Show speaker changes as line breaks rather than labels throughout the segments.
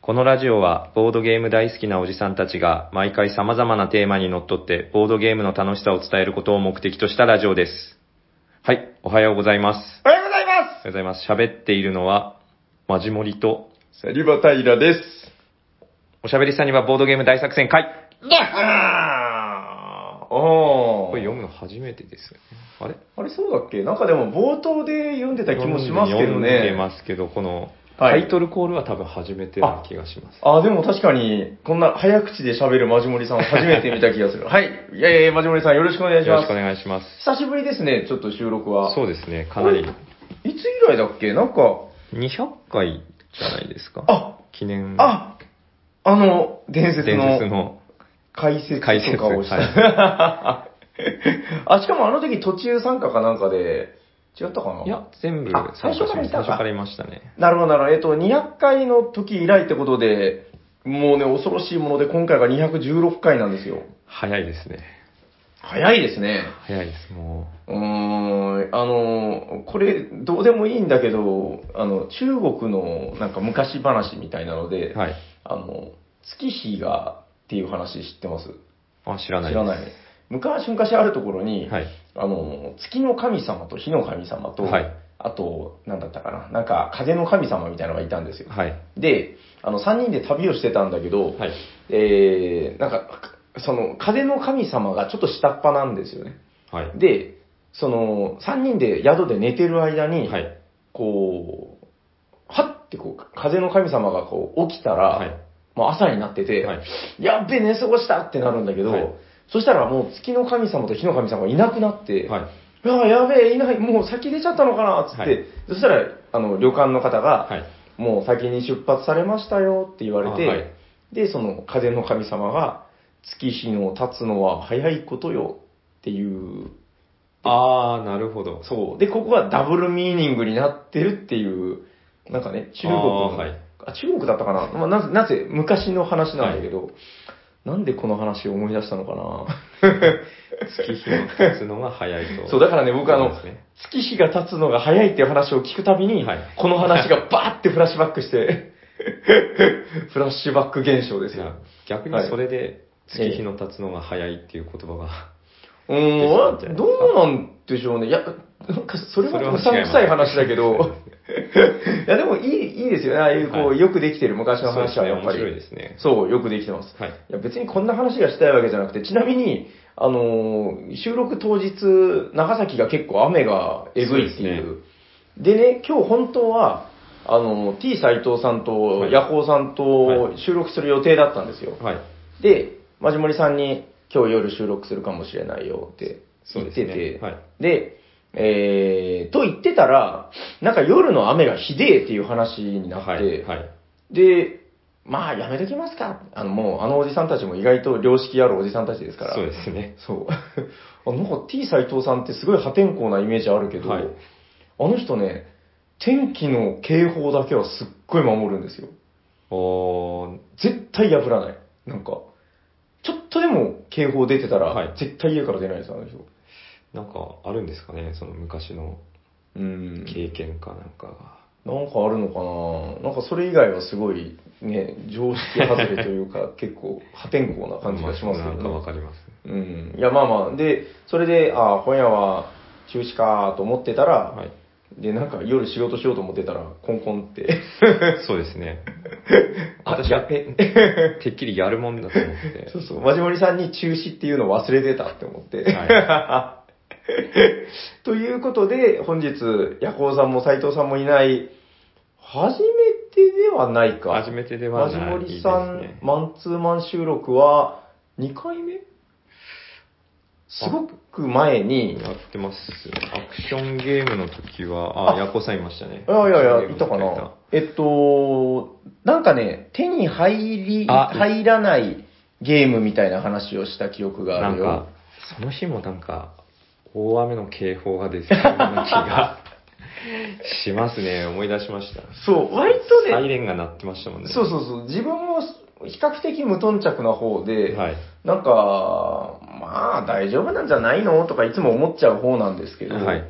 このラジオはボードゲーム大好きなおじさんたちが毎回様々なテーマにのっとってボードゲームの楽しさを伝えることを目的としたラジオです。はい、おはようございます。
おはようございま
おはようございます。喋っているのは、マジモリと、
すサリバタイラです。
おしゃべりさんにはボードゲーム大作戦会
やっはーおー
これ読むの初めてですよね。あれ
あれそうだっけなんかでも冒頭で読んでた気もしますけど
読んで
ね。
ますけど、この、タ
はい
イトルコールは多分初めてな気がします。
あ、でも確かに、こんな早口で喋るマジモリさんを初めて見た気がする。はい。いやいやマジモリさんよろしくお願いし
よろ
ま
しく
す
お。願いします。
久しぶりですね、ちょっと収録は。
そうですね、かなり。
いつ以来だっけなんか、
200回じゃないですか。
あ、
記念。
あ、あの、伝説
伝
の
説の。
解説とかをした。
解
あ、しかもあの時途中参加かなんかで、違ったかない
や、全部
あ
参加しました。
最初からいた
最
か
初からいましたね。
なるほど、なるほど。えっと、200回の時以来ってことで、もうね、恐ろしいもので、今回が216回なんですよ。
早いですね。
早いですね。
早いです、も
うーん、あの、これ、どうでもいいんだけど、あの、中国のなんか昔話みたいなので、
う。はい。
あの、月日がっていう話知ってます
あ、知らない
知
で
ら
す。
ない。昔々あるところに、
はい。
あの、月の神様と火の神様と、
はい
あと、なんだったかな、なんか風の神様みたいなのがいたんですよ。
はい。
で、あの、3人で旅をしてたんだけど、
はい。
えー、なんか、その、風の神様がちょっと下っ端なんですよね。
はい。
で、その、3人で宿で寝てる間に、
はい。
こう、はってこう、風の神様がこう、起きたら、
はい。
もう朝になってて、
はい。
やっべ、寝過ごしたってなるんだけど、
はい
そしたらもう月の神様と火の神様がいなくなって、
はい。
いややべえ、いない、もう先出ちゃったのかなっつって、
はい
そしたら、あの、旅館の方が、
はい。
もう先に出発されましたよって言われて、
あはい
で、その風の神様が、月日の経つのは早いことよっていう、
あー、なるほど。
そう。で、ここがダブルミーニングになってるっていう、なんかね、中
あ
国
ー
の、
はい
あ中国だったかな、まあ、なぜ、なぜ昔の話なんだけど、なんでこの話を思い出したのか
月日の経つのが早い
な
と。
そう、だからね、僕あの
そう、ですね
月日が経つのが早いっていう話を聞くたびに、
はい
この話がバーってフラッシュバックして、フラッシュバック現象です
い
よ
や。逆にそれで、月日の経つのが早いっていう言葉が。
うーん、どうなんでしょうね。いや、なんかそれはうさんくさい話だけ ど、いやでもいい、いいですよね。ああいうこう、
はい
よくできてる昔の
そうで
話
す
は
ね、
やっ
面
ぱり。
白いですね。
そう、よくできてます。
はい。
いや別にこんな話がしたいわけじゃなくて、ちなみに、あのー収録当日、長崎が結構雨がえぐいっていう。でね今日本当は、あのー T 斎藤さん
は
と
い
ヤコウさんと収録する予定だったんですよ。
はい。
で、まじもりさんに、今日夜収録するかもしれないよって
そう
言っ
です
てて、
ね。はい。
で、えー、と言ってたら、なんか夜の雨がひでえっていう話になって、
はい。はい。
で、まあやめときますか。あのもう、あのおじさんたちも意外と良識あるおじさんたちですから。
そうですね。
そう。 あなんか T 斎藤さんってすごい破天荒なイメージあるけど、
はい
あの人ね、天気の警報だけはすっごい守るんですよ。
おー、
絶対破らない。なんか、ちょっとでも警報出てたら、
はい
絶対家から出ないです、あの人。
なんかあるんですかね、その昔の
うん
経験かなんかが。
なんかあるのかななんかそれ以外はすごいね、常識外れという か、結構破天荒な感じがしますけ
な
ど、
ん
ね。
かわかります。
うん。いや、まあまあ。で、それで、ああ、今夜は中止かと思ってたら、
はい。
で、なんか夜仕事しようと思ってたら、コンコン って。
そうです ね。
あ、
私
や
は
っべ。
てっきりやるもんだと思って
そ。うそう。まじもりさんに中止っていうのを忘れてたって思って。ということで、本日、ヤコウさんも斎藤さんもいない、初めてではないか。
初めてではない
まじも
で
り
す
さ
ね
ん、。マンツーマン収録は、2回目すごく前に、
やってます。アクションゲームの時は、あ、
あ
ヤコさんいましたね。
いやいやいや、
アクションゲームの時
いたかな。えっと、なんかね、手に入り、
あ
入らないゲームみたいな話をした記憶があ
なん
るよ。
か、その日もなんか、大雨の警報が出てたような気 がしますね。思い出しました。
そう、割
サ
と
イ
ね、
レンが鳴ってましたもんね。
そうそうそう、自分も比較的無頓着な方で、
はい。
なんか、まあ大丈夫なんじゃないのとかいつも思っちゃう方なんですけど、
はい。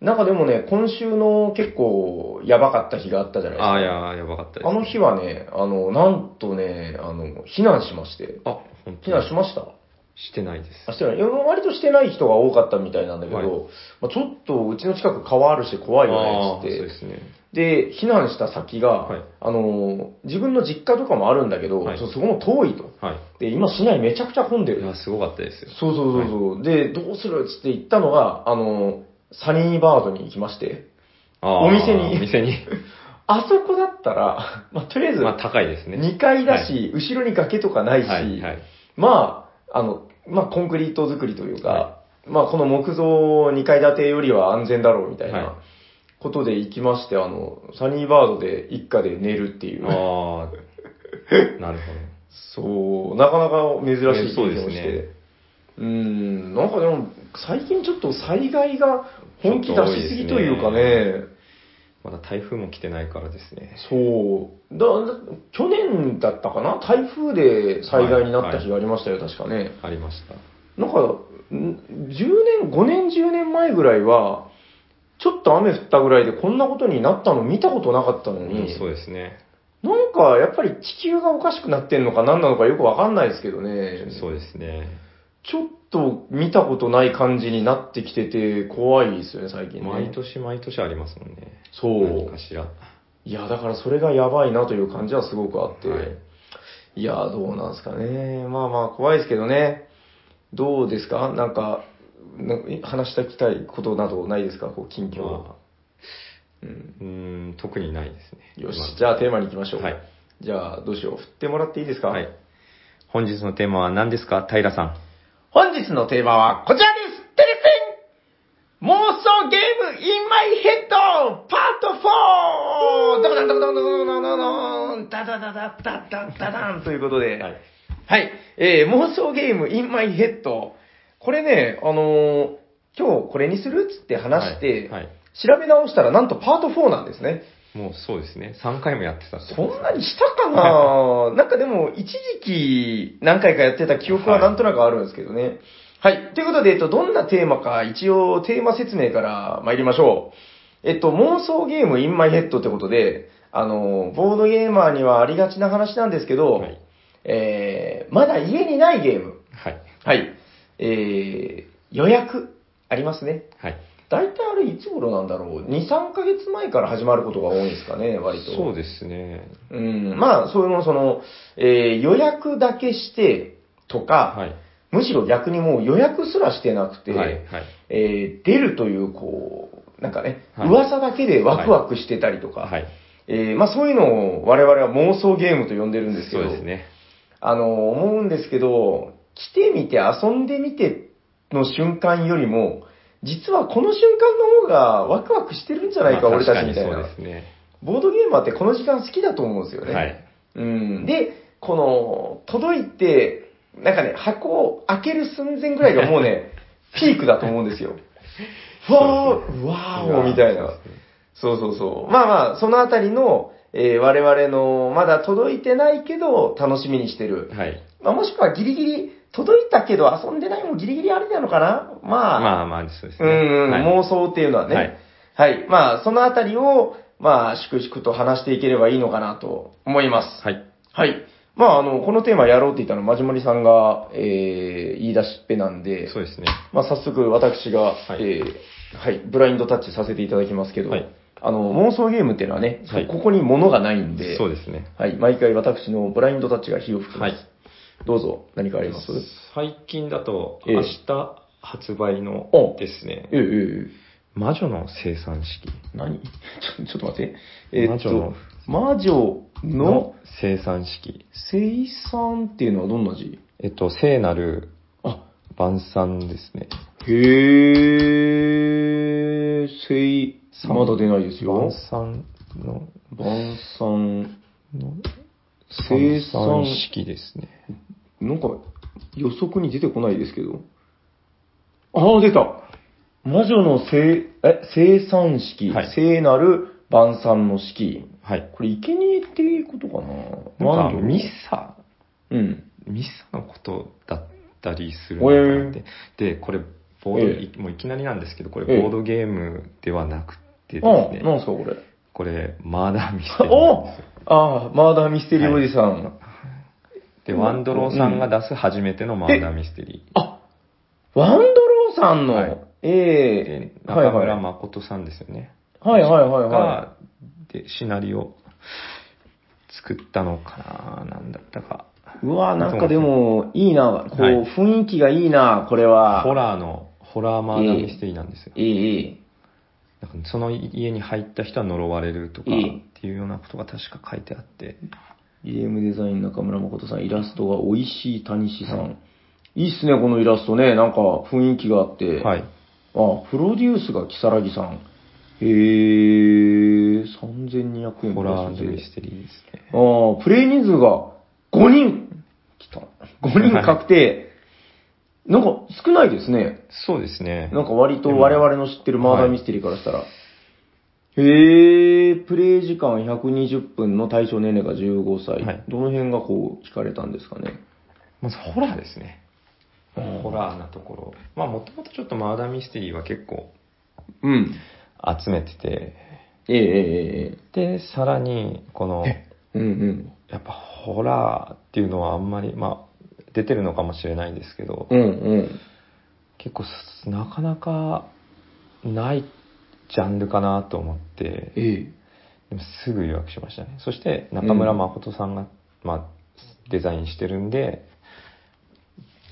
なんかでもね、今週の結構やばかった日があったじゃないですか。
ああ、いや、やばかったです。
あの日はね、あの、なんとね、あの、避難しまして。
あ、本
避
当
難
に
しました
してないです。
あしてないいや割としてない人が多かったみたいなんだけど、
はい
まあ、ちょっとうちの近く川あるし怖いよねっつ
あーそう
っ
ですね。
て。で、避難した先が、
はい
あの、自分の実家とかもあるんだけど、
はい
そそこも遠いと。
は
で、今市内めちゃくちゃ混んで
い。い
る。
や、すごかったですよ。
そうそうそうそう、で、どうするっつって行ったのが、あの、サニーバードに行きまして、
ああ
お店に
お店に。
あそこだったら、 まあ、とりあえず、
まあ、高いですね。
2階だし、後ろに崖とかないし、
はい、はい。
まあ、あの、まあ、コンクリート作りというか、
は
まあ、この木造2階建てよりは安全だろうみたい
はい
なことで行きまして、あの、サニーバードで一家で寝るっていう、
あ あ、なるほど。
そう、なかなか珍しい
そう
経
です
験をして、
ね
うーん、なんかでも、最近ちょっと災害が本気出しすぎというかね、
まだ台風も来てないからですね。
そう、だ、去年だったかな台風で災害になった日がありましたよ、確かね。
ありました。
なんか、ん10年、5年、10年前ぐらいは、ちょっと雨降ったぐらいでこんなことになったの見たことなかったのに、
そうですね。
なんかやっぱり地球がおかしくなってんのか何なのかよくわかんないですけどね。
そうですね。
ちょっと見たことない感じになってきてて怖いですよね、最近ね。
毎年毎年ありますもんね。
そ
何
う
か。しら。
いや、だからそれがやばいなという感じはすごくあって。
はい
い、や、どうなんですかね。まあまあ、怖いですけどね。どうですかなんか、なえ話したきたいことなどないですかこう、近況、
まあ、
うん。
うーん、特にないですね。
よし
今、
じゃあテーマに行きましょう。
はい。
じゃあ、どうしよう。振ってもらっていいですか
はい。本日のテーマは何ですか平さん。
本日のテーマはこちらですテレペン妄想ゲーム in my head パート 4! ダダダダダダダダダダダダダダンということで、
はい。
はい、えー、妄想ゲーム in my head。これね、あのー今日これにするっつって話して、
はい。はい
調べ直したらなんとパート4なんですね。
もうそうですね。3回もやってたって
そ
ことです
んなにした かななんかでも、一時期何回かやってた記憶はなんとなくあるんですけどね。はい。ということで、えっと、どんなテーマか、一応テーマ説明から参りましょう。えっと、妄想ゲーム in my head ってことで、あの、ボードゲーマーにはありがちな話なんですけど、
はい。
えー、まだ家にないゲーム。
はい。
はい。えー、予約、ありますね。
はい。
大体あれいつ頃なんだろう ?2、3ヶ月前から始まることが多いんですかね、割と。
そうですね。
うん、まあ、そういうの、その、えー予約だけしてとか、
はい。
むしろ逆にもう予約すらしてなくて、
はい。はい。
えー出るという、こう、なんかね、
はい
噂だけでワクワクしてたりとか、
はい。
えーまあそういうのを我々は妄想ゲームと呼んでるんですけ
そう
ど、
ですね。
あの、思うんですけど、来てみて遊んでみての瞬間よりも、実はこの瞬間の方がワクワクしてるんじゃないか、
まあ
俺たちみたい
確かに
な
そう。ですね。
ボードゲーマーってこの時間好きだと思うんですよね。
はい。
うん。で、この、届いて、なんかね、箱を開ける寸前ぐらいがもうね、ピークだと思うんですよ。ふわー、うわーおみたいな
そう。ですね
そうそうそう。まあまあ、そのあたりの、えー我々の、まだ届いてないけど、楽しみにしてる。
はい。
まあ、もしくはギリギリ、届いたけど遊んでないもギリギリありなのかなまあ、
まあまあ、そうです
う
ね。
ん、
はい
妄想っていうのはね。
はい
はい。まあ、そのあたりを、まあ、粛々と話していければいいのかなと思います。
はい。
はい。まあ、あの、このテーマやろうって言ったのは、まじもりさんが、えー、言い出しっぺなんで、
そうですね。
まあ、早速私が、
い
えー、はい、ブラインドタッチさせていただきますけど、
はい
あの、妄想ゲームっていうのはね、
はい
ここに物がないんで、
そうですね。
はい、毎回私のブラインドタッチが火を吹きます。
はい
どうぞ、何かあります
最近だと、
ええ
明日発売の
お
ですね、
ええ、ええ、
魔女の生産式。
何 ちょちょっと待って。えーっと、魔女の
生産式。
生産っていうのはどんな字
えっと、聖なる
あ、
晩餐ですね。
へー、生
産
まだ出ないです
晩
よ。
餐の、
晩餐、
の
生
晩
産
餐、式ですね。
なんか予測に出てこないですけど。あー、出た魔女の生、え、生産式、
はい
聖なる晩餐の式。
はい。
これ、生贄っていうことかな
なんか、
魔女
ミサ
うん。
ミサのことだったりするのかなって。で、これ、ボード、
え
いもういきなりなんですけど、これ
ええ
ボードゲームではなくてで
う
す
ん、
ね、
なんすかこれ。
これ、マーダーミステリーなん
お
ですよ。
ああ、マーダーミステリーおじさん。
で、ワンドローさんが出す初めてのマーダーミステリ
あ、ワンドローさんの、
はいー。
え
で、
えはい
中
はい。
村
はい
誠さんですよね。
はいはいは
が、で、シナリオ作ったのかななんだったか。
い。うわ、なんかでも、いいな、こう、
はい
雰囲気がいいな、これは。
ホラーの、ホラーマーダーミステリーなんですよ。
いい、いい。
なんかその家に入った人は呪われるとか、っ
ええ
ていうようなことが確か書いてあって、
ゲームデザイン中村誠さん、イラストが美味しい谷氏さん。いいっすね、このイラストね。なんか雰囲気があって。
はい。
あ、プロデュースが如月さん。へえ、3200円
ホラ
プ
ー
ラス
ミ
税
ステリーですね。
ああ、プレイ人数が5人来た。5人確定。なんか少ないですね。
そうですね。
なんか割と我々の知ってるマーダーミステリーからしたら。へえ、プレイ時間120分の対象年齢が15歳。
はい
どの辺がこう聞かれたんですかね。
まずホラーですね。
うん
ホラーなところ。まあもともとちょっとマーダーミステリーは結構
うん。
集めてて、
えええええ
で、さらに、この、
え。うんうん。
やっぱホラーっていうのはあんまり、まあ出てるのかもしれないんですけど、
うんうん。
結構すなかなかないジャンルかなと思って、
ええ。
でもすぐ予約しましたね。そして中村誠さんが、まあ、デザインしてるんで、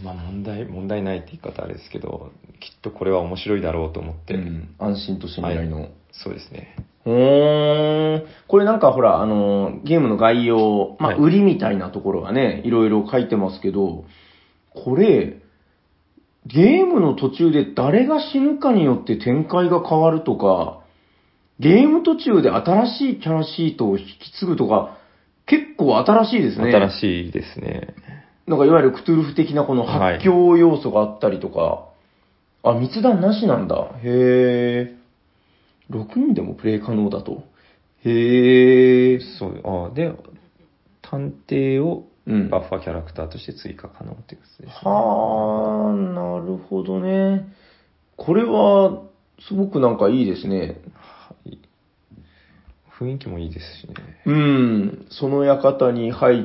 まあ問題、問題ないって言い方あれですけど、きっとこれは面白いだろうと思って、
うん、安心と信頼の。
そうですね。
ほーん。これなんかほら、あの、ゲームの概要、まあ、
はい
売りみたいなところがね、いろいろ書いてますけど、これ、ゲームの途中で誰が死ぬかによって展開が変わるとか、ゲーム途中で新しいキャラシートを引き継ぐとか、結構新しいですね。
新しいですね。
なんかいわゆるクトゥルフ的なこの
はい
発狂要素があったりとか、あ、密談なしなんだ。へえ。6人でもプレイ可能だと。へえ。
そう、あで、探偵を
うん。
バッファーキャラクターとして追加可能っていうことです、ね。
はあ、なるほどね。これは、すごくなんかいいですね。
はい雰囲気もいいですしね。
うん。その館に入っ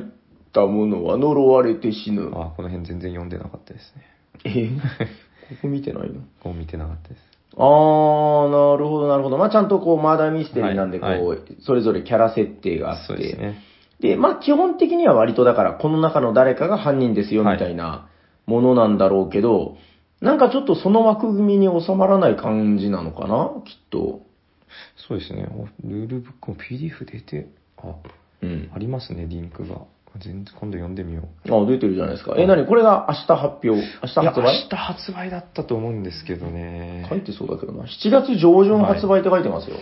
た者は呪われて死ぬ。
あこの辺全然読んでなかったですね。
え ここ見てないの
こう見てなかったです。
あー、なるほど、なるほど。まあ、ちゃんとこう、マーダーミステリーなんで、こう、
はいは
それぞれキャラ設定があって。
そうですね。
で、まあ、基本的には割とだから、この中の誰かが犯人ですよ、
はい
みたいなものなんだろうけど、なんかちょっとその枠組みに収まらない感じなのかなきっと。
そうですね。おルールブックも PDF 出て、あ、
うん。
ありますね、リンクが。全然今度読んでみよう。
あ、出てるじゃないですか。え、なにこれが明日発表明日
いや
発売
明日発売だったと思うんですけどね。
書いてそうだけどな。7月上旬発売って書いてますよ。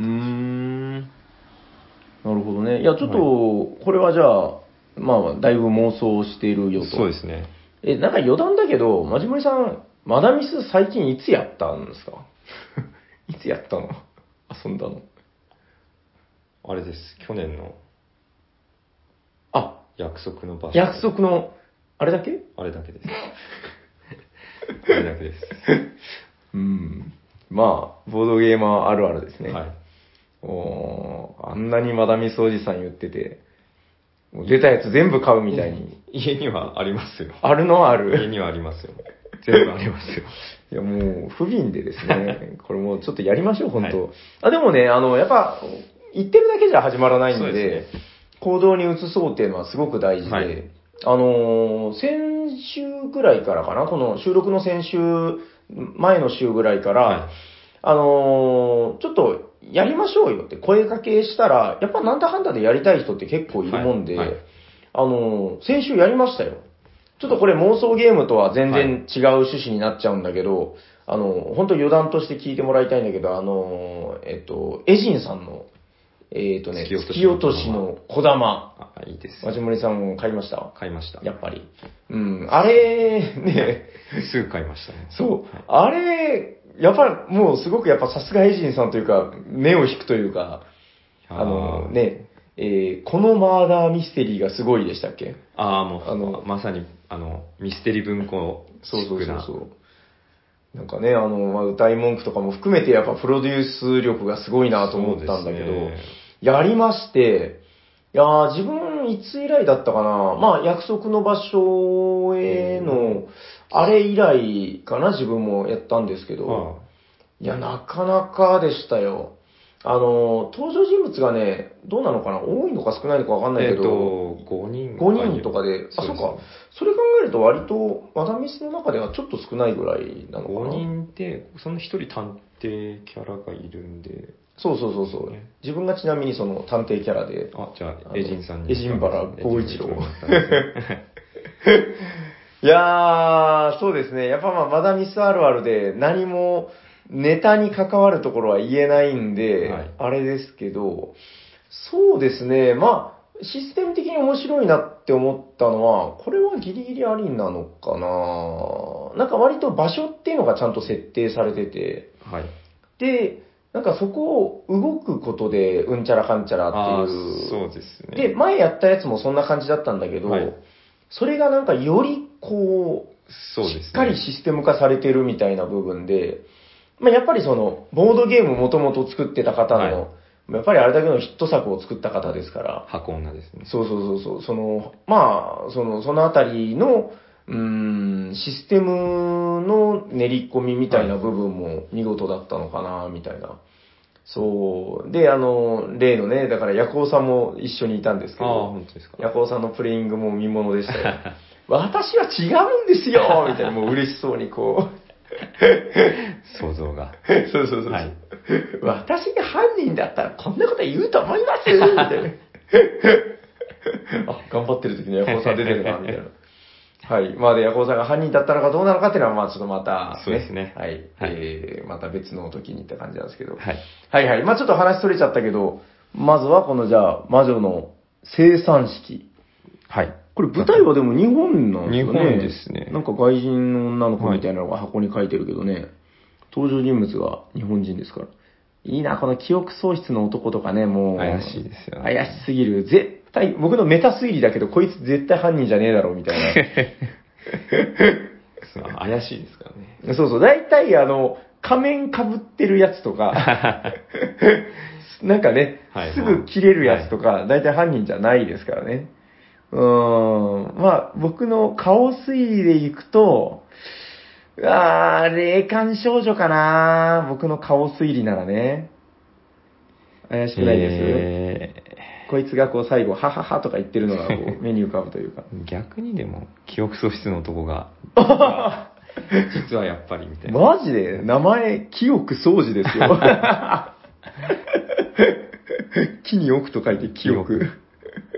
うーん。なるほどね。いや、ちょっと、これはじゃあ、まあ、だいぶ妄想してるよと。
そうですね。
え、なんか余談だけど、まじもりさん、マダミス最近いつやったんですかいつやったの遊んだの
あれです。去年の
あ、
約束の場所。
約束の、あれだけ
あれだけ です。あれだけです。
うん。まあ、ボードゲーマーあるあるですね。
はい。
おーあんなにマダミスおじさん言ってて、もう出たやつ全部買うみたいに。
家にはありますよ。
あるのはあ
家
る。
にはありますよ。全部ありますよ。
いや、もう、不憫でです ね。これもうちょっとやりましょう、本当、あ、でもね、あの、やっぱ、言ってるだけじゃ始まらないん
そ
で、
うですね
行動に移そうっていうのはすごく大事で、
はい
あのー先週ぐらいからかな、この収録の先週、前の週ぐらいから、
はい
あのーちょっとやりましょうよって声かけしたら、やっぱなんだかんだでやりたい人って結構いるもんで、
はいはい
あのー先週やりましたよ。ちょっとこれ妄想ゲームとは全然違う趣旨になっちゃうんだけど、あのー、本当余談として聞いてもらいたいんだけど、あのー、えっと、エジンさんの、えっとね、
突
突
き
き
落
落
と
と
し
し
の
の小玉。
あ、いいです
マ。ジモリさんも買いました
買いました。
やっぱり。うん。あれ、ね、
すぐ買いましたね。
そう。あれ、やっぱりもうすごくやっぱさすがエイジンさんというか、目を引くというか、
あ
あの
ー。
ね、えーこのマーダーミステリーがすごいでしたっけ
ああ、もう、
あの
まさに、あの、ミステリ文庫
そうそう
チック
そう
な
そう。なんかね、あの、まあ、歌い文句とかも含めて、やっぱプロデュース力がすごいなと思ったんだけど、
そうですね
やりまして、いやー自分、いつ以来だったかな、まあ、約束の場所への、あれ以来かな、自分もやったんですけど、
はい
や、なかなかでしたよ。あの、登場人物がね、どうなのかな多いのか少ないのかわかん
い
ない
え
け
っと、
ど、
5人
5人とかで、あ、
う
そ
で
う
す
か。それ考えると割と、マダミスの中ではちょっと少ないぐらいなのかな。
5人って、その1人探偵キャラがいるんで、
そうそうそうそう
ね。
自分がちなみにその探偵キャラで、
あ、じゃ
あ
あ、
の
エジンさんに。
エジンバラ剛一郎
エジンバラ剛一郎だったんですね
いやー、そうですね。やっぱまあ、まだミスあるあるで、何もネタに関わるところは言えないんで、
はい
あれですけど、そうですね。まあ、システム的に面白いなって思ったのは、これはギリギリありなのかななんか割と場所っていうのがちゃんと設定されてて、
はい。
で、なんかそこを動くことで、うんちゃらかんちゃら
あ
っ
あ
ていう
ー、。そうですね。
で、前やったやつもそんな感じだったんだけど、
はい
それがなんかよりこう、
そうですね。
しっかりシステム化されてるみたいな部分で、まあ、やっぱりその、ボードゲームもともと作ってた方の、
はい
やっぱりあれだけのヒット作を作った方ですから、
箱女ですね。
そうそうそうそう、その、まあ、その、そのあたりの、うーん、システムの練り込みみたいな部分も見事だったのかな、みたいな。そう。で、あの、例のね、だから、ヤコウさんも一緒にいたんですけ
ああ、
ど、
本当ですか。
ヤコウさんのプレイングも見ものでした よ。私は違うんですよみたいな、もう嬉しそうにこう。
想像が。
そうそうそうそう。
はい
私が犯人だったらこんなこと言うと思いますみたいな。あ、頑張ってる時にヤコウさん出てるな、みた いな。はい。まあ、で、ヤコウさんが犯人だったのかどうなのかっていうのは、まあ、ちょっとまた、
そうですね
はい。
はい
えーまた別の時にって感じなんですけど。
はい。
はいはい。まあ、ちょっと話それちゃったけど、まずはこの、じゃあ、魔女の生産式。
はい。
これ舞台はでも日本なんですよね。
日本ですね
なんか外人の女の子みたいなのが箱に書いてるけどね、登場人物が日本人ですから。いいな、この記憶喪失の男とかね、もう。
怪しいですよね
怪しすぎる。絶対、僕のメタ推理だけど、こいつ絶対犯人じゃねえだろ、みたい
そう怪しいですから ね。
な。そうそう、大体あの、仮面被ってるやつとか、なんかね、
はい
すぐ切れるやつとか、大体犯人じゃないですからね。うーん。まあ、僕の顔推理でいくと、あー、霊感少女かな僕の顔推理ならね。怪しくないです、
え
こいつがこう最後、はははとか言ってるのがこ う目に浮かぶというか。
ー逆にでも、記憶喪失の男 が、実はやっぱりみたいな。
マジで名前、清く掃除です よ。木に置くと書いて清く。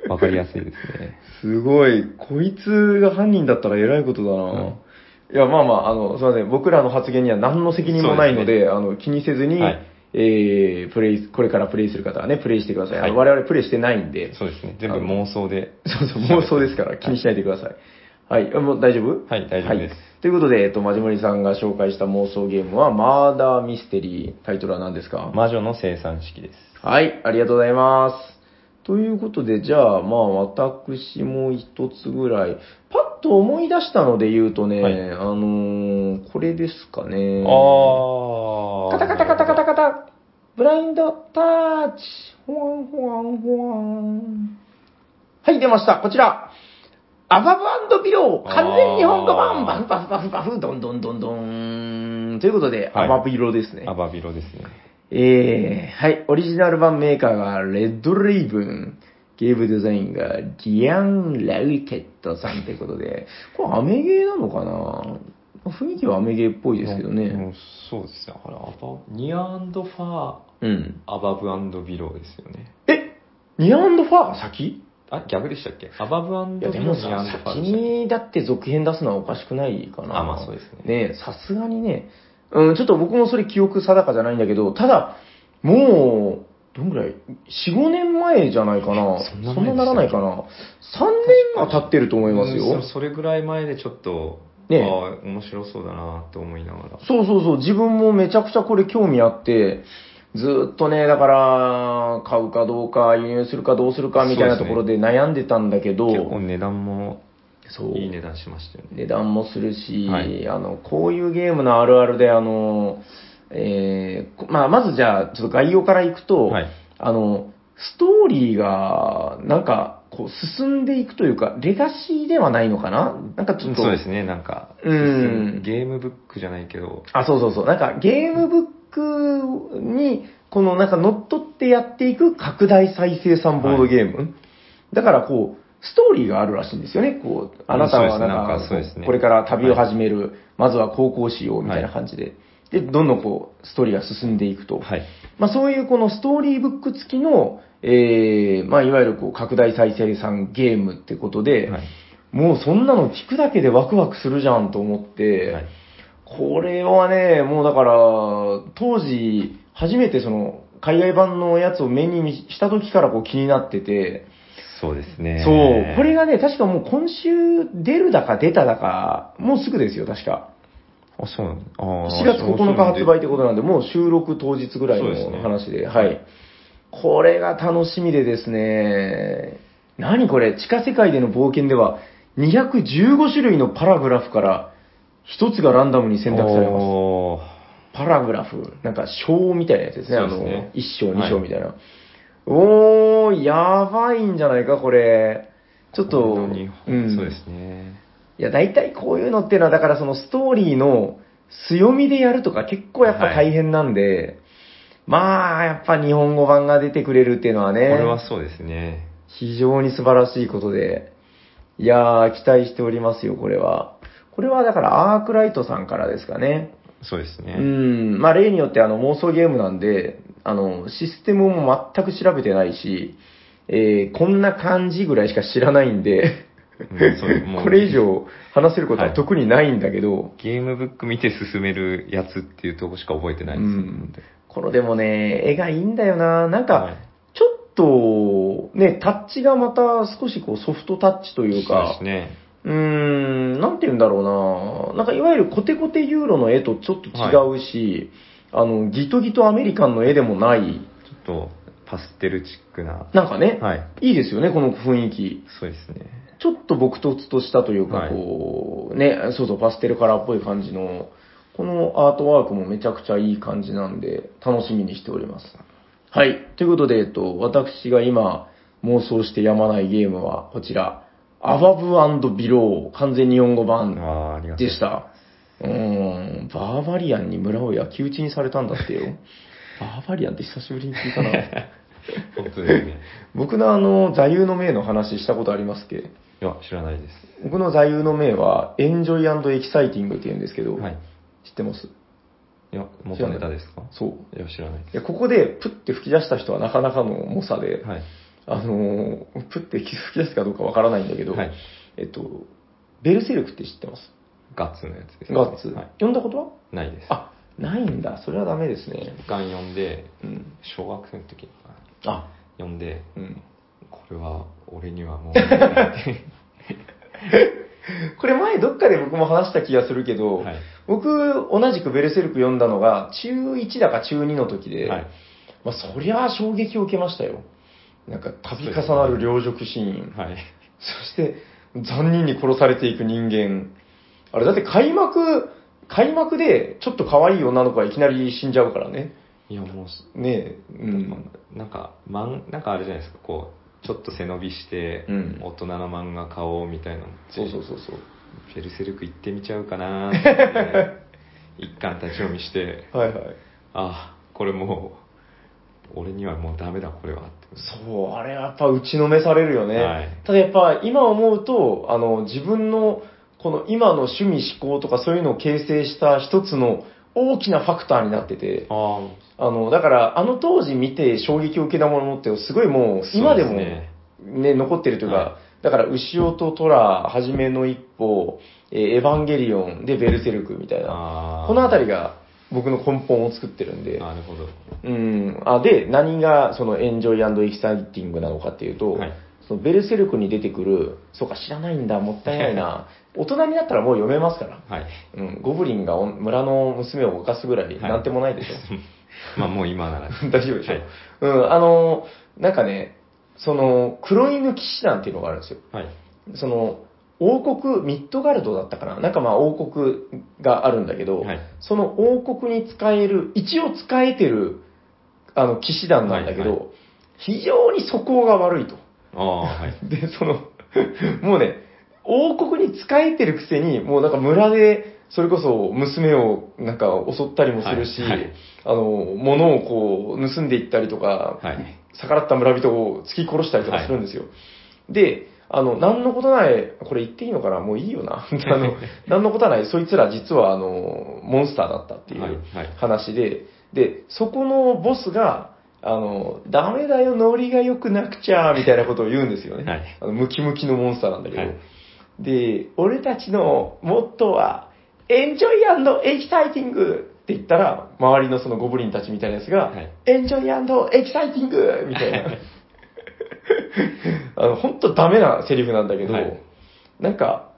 わかりやすいですね。
すごい。こいつが犯人だったら偉いことだな、いや、まあまあ、あの、すいません。僕らの発言には何の責任もないの
そう
で、あの、気にせずに、
はい
えー、プレイ、これからプレイする方はね、プレイしてください。あ
は
の
い
我々プレイしてないんで、
そうですね。全部妄想で。
そうそう、妄想ですから、気にしないでください。はい、あもう大丈夫
はい大丈夫です
ということで、えっと、まじもりさんが紹介した妄想ゲームは、マーダーミステリー。タイトルは何ですか
魔女の生産式です。
はい、ありがとうございます。ということで、じゃあ、まあ、私も一つぐらい、パッと思い出したので言うとね、
はい
あのー、これですかね。
あ
カタカタカタカタカタ、ブラインドタッチ、ほわんほわんほわん。はい、出ました、こちら。アバブビロー、完全日本語版、バ
あ
フバフバフバフ、どんどんどんどん。ということで、
はい
アバビロですね。
アバビロですね。
えー、はい、オリジナル版メーカーがレッドレイブン、ゲームデザインがディアン・ラウケットさんということで、これアメゲーなのかな雰囲気はアメゲーっぽいですけど
う
ね。
ん。そうですね。あれ、アバ、ニアファー、
うん。
アバブビローですよね。
えニアンドファーが先
あ、逆でしたっけアバブ
い
ビロ
や
ー、
で
ニ
も
アンドフ、ァーで
さ先
したっけ。
にだって続編出すのはおかしくないかな。
あまあそうです
ねえさすがにね。うん、ちょっと僕もそれ記憶定かじゃないんだけど、ただ、もう、どんぐらい ?4、5年前じゃないかな。
そんな前でしたっけ
そんなならないかな。3年は経ってると思います
う
よ
ん。そそれぐらい前でちょっと、
ねえ
ああ、面白そうだなと思いながら。
そうそうそう、自分もめちゃくちゃこれ興味あって、ずーっとね、だから、買うかどうか、輸入するかどうするかみたいなところで悩んでたんだけど、
結構値段も
そう。
いい値段しましたよね。
値段もするし、
はい
あの、こういうゲームのあるあるで、あの、えーこまあ、まずじゃあ、ちょっと概要からいくと、
はい
あの、ストーリーが、なんか、こう、進んでいくというか、レガシーではないのかななんかちょっと、
そうですね、なんか、
うん
ゲームブックじゃないけど、
あ、そうそうそう。なんか、ゲームブックに、この、なんか、乗っ取ってやっていく拡大再生産ボードゲーム。だから、こう、ストーリーがあるらしいんですよね。こう、あなたはなんか、
そうですねなんかそうですね
これから旅を始める、まずは高校しようみたいな感じで。で、どんどんこう、ストーリーが進んでいくと。
はい。
まあ、そういうこのストーリーブック付きの、えー、まあ、いわゆるこう、拡大再生産ゲームってことで、
はい
もうそんなの聞くだけでワクワクするじゃんと思って、
はい
これはね、もうだから、当時、初めてその、海外版のやつを目にした時からこう気になってて、
そうですね。
そう、これがね、確かもう今週出るだか出ただか、もうすぐですよ、確か。
あ、そうなんだ。あー
4月9日発売ってことなんで、もう収録当日ぐらい
そうですね
の話で、はい。これが楽しみでですね、何これ、地下世界での冒険では、215種類のパラグラフから、一つがランダムに選択されます。
おー
パラグラフ、なんか章みたいなやつですね、
そ
あ
うですね
の、一章、
はい
二章みたいな。おー、やばいんじゃないか、これ。ちょっと、
こんなに
ん
そうですね。
いや、大体こういうのっていうのは、だからそのストーリーの強みでやるとか結構やっぱ大変なんで、まあ、やっぱ日本語版が出てくれるっていうのは
こ
ね、
れはそうですね。
非常に素晴らしいことで、いやー、期待しておりますよ、これは。これはだからアークライトさんからですかね。
そうです
う
ね。
ん、まあ例によってあの妄想ゲームなんで、あの、システムも全く調べてないし、えーこんな感じぐらいしか知らないんで、
うんそうもう
これ以上話せることは特にないんだけど、
ゲームブック見て進めるやつっていうとこしか覚えてないです、
うんこのでもね、絵がいいんだよななん
はい
か、ちょっと、ね、タッチがまた少しこうソフトタッチという
そうで
か
す、ね。
うーん、なんて言うんだろうななんかいわゆるコテコテユーロの絵とちょっと違うし、あの、ギトギトアメリカンの絵でもない、
ちょっとパステルチックな。
なんかね、
はい。
いいですよね、この雰囲気。
そうですね。
ちょっと僕とつとしたという
は
か、
い
こう、ね、そうそう、パステルカラーっぽい感じの、このアートワークもめちゃくちゃいい感じなんで、楽しみにしております。はい。ということで、えっと、私が今、妄想してやまないゲームは、こちら、アバブビロー、完全日本語版
ああー、ありがとう
でした。うーん、バーバリアンに村を焼き討ちにされたんだってよ。バーバリアンって久しぶりに聞いたな。
本当ですね。
僕のあの、座右の銘の話したことありますっけ
いや、知らないです。
僕の座右の銘は、エンジョイエキサイティングって言うんですけど、
はい。
知ってます
いや、元ネタですか
そう。
いや、知らないで
いや、ここでプッて吹き出した人はなかなかの猛者で、
す。はい。
あのープッて吹き出すかどうかわからないんだけど、
はい。
えっと、ベルセルクって知ってます
ガッツのやつです、
ガッツ。
はい。
読んだことは
ないです。
あ、ないんだ。それはダメですね。
ガン読んで、
うん。
小学生の時かな
あ、
読んで、
うん。
これは俺に はもうはい、
これ前どっかで僕も話した気がするけど、僕、同じくベルセルク読んだのが、中1だか中2の時で、
はい
まあ、そりゃあ衝撃を受けましたよ。なんか、度重なる両辱シーン。
はい、
そして、残忍に殺されていく人間。あれ、だって開幕、開幕で、ちょっと可愛い女の子がいきなり死んじゃうからね。
いやもうす
ねえ、うん。
なんかマンなんかあれじゃないですかこうちょっと背伸びして、
うん
大人の漫画買おうみたいなのって
そうそうそうそう。
ベルセルク行ってみちゃうかなー って一巻立ち読みして
はいはい。
あこれもう俺にはもうダメだこれはって
そう、あれはやっぱ打ちのめされるよね。
はい
ただやっぱ今思うと、あの、自分のこの今の趣味思考とかそういうのを形成した一つの大きなファクターになってて、
あ
あの、だからあの当時見て衝撃を受けたものってすごいもう今でもね、残ってるというか、
は
だから、牛尾とトラ、はじめの一歩、えーエヴァンゲリオン、で、ベルセルクみたいな。
あー
このあたりが僕の根本を作ってるんで。
なるほど
うん、あで、何がそのエンジョイエキサイティングなのかっていうと、
はい
そのベルセルクに出てくる、そうか、知らないんだ、もったいないな、大人になったらもう読めますから、
はい
うん、ゴブリンがお村の娘を動かすぐらい、
はい
なんてもないでし ょ、
まあもう今なら
大丈夫でしょ、
はい
うん、あの、なんかね、その、黒犬騎士団っていうのがあるんですよ、
はい
その、王国、ミッドガルドだったかななんかまあ王国があるんだけど、
はい
その王国に使える、一応使えてる、あの、騎士団なんだけど、
はいは
非常に素行が悪いと。
ああ、はい。
で、その、もうね、王国に仕えてるくせに、もうなんか村で、それこそ娘をなんか襲ったりもするし、
はいはい
あの、物をこう、盗んでいったりとか、
はい。
逆らった村人を突き殺したりとかするんですよ。で、あの、何のことない、これ言っていいのかなもういいよな。あ の、何のことはない、そいつら実はあの、モンスターだったっていう。
はい。はい。
話で、で、そこのボスが、あの、ダメだよ、ノリが良くなくちゃ、みたいなことを言うんですよね。
はい
あのムキムキのモンスターなんだけど。
はい
で、俺たちのモットーは、エンジョイエキサイティングって言ったら、周りのそのゴブリンたちみたいなやつが、
はい
エンジョイエキサイティングみた いな。あの、本当ダメなセリフなんだけど、
はい
なんか、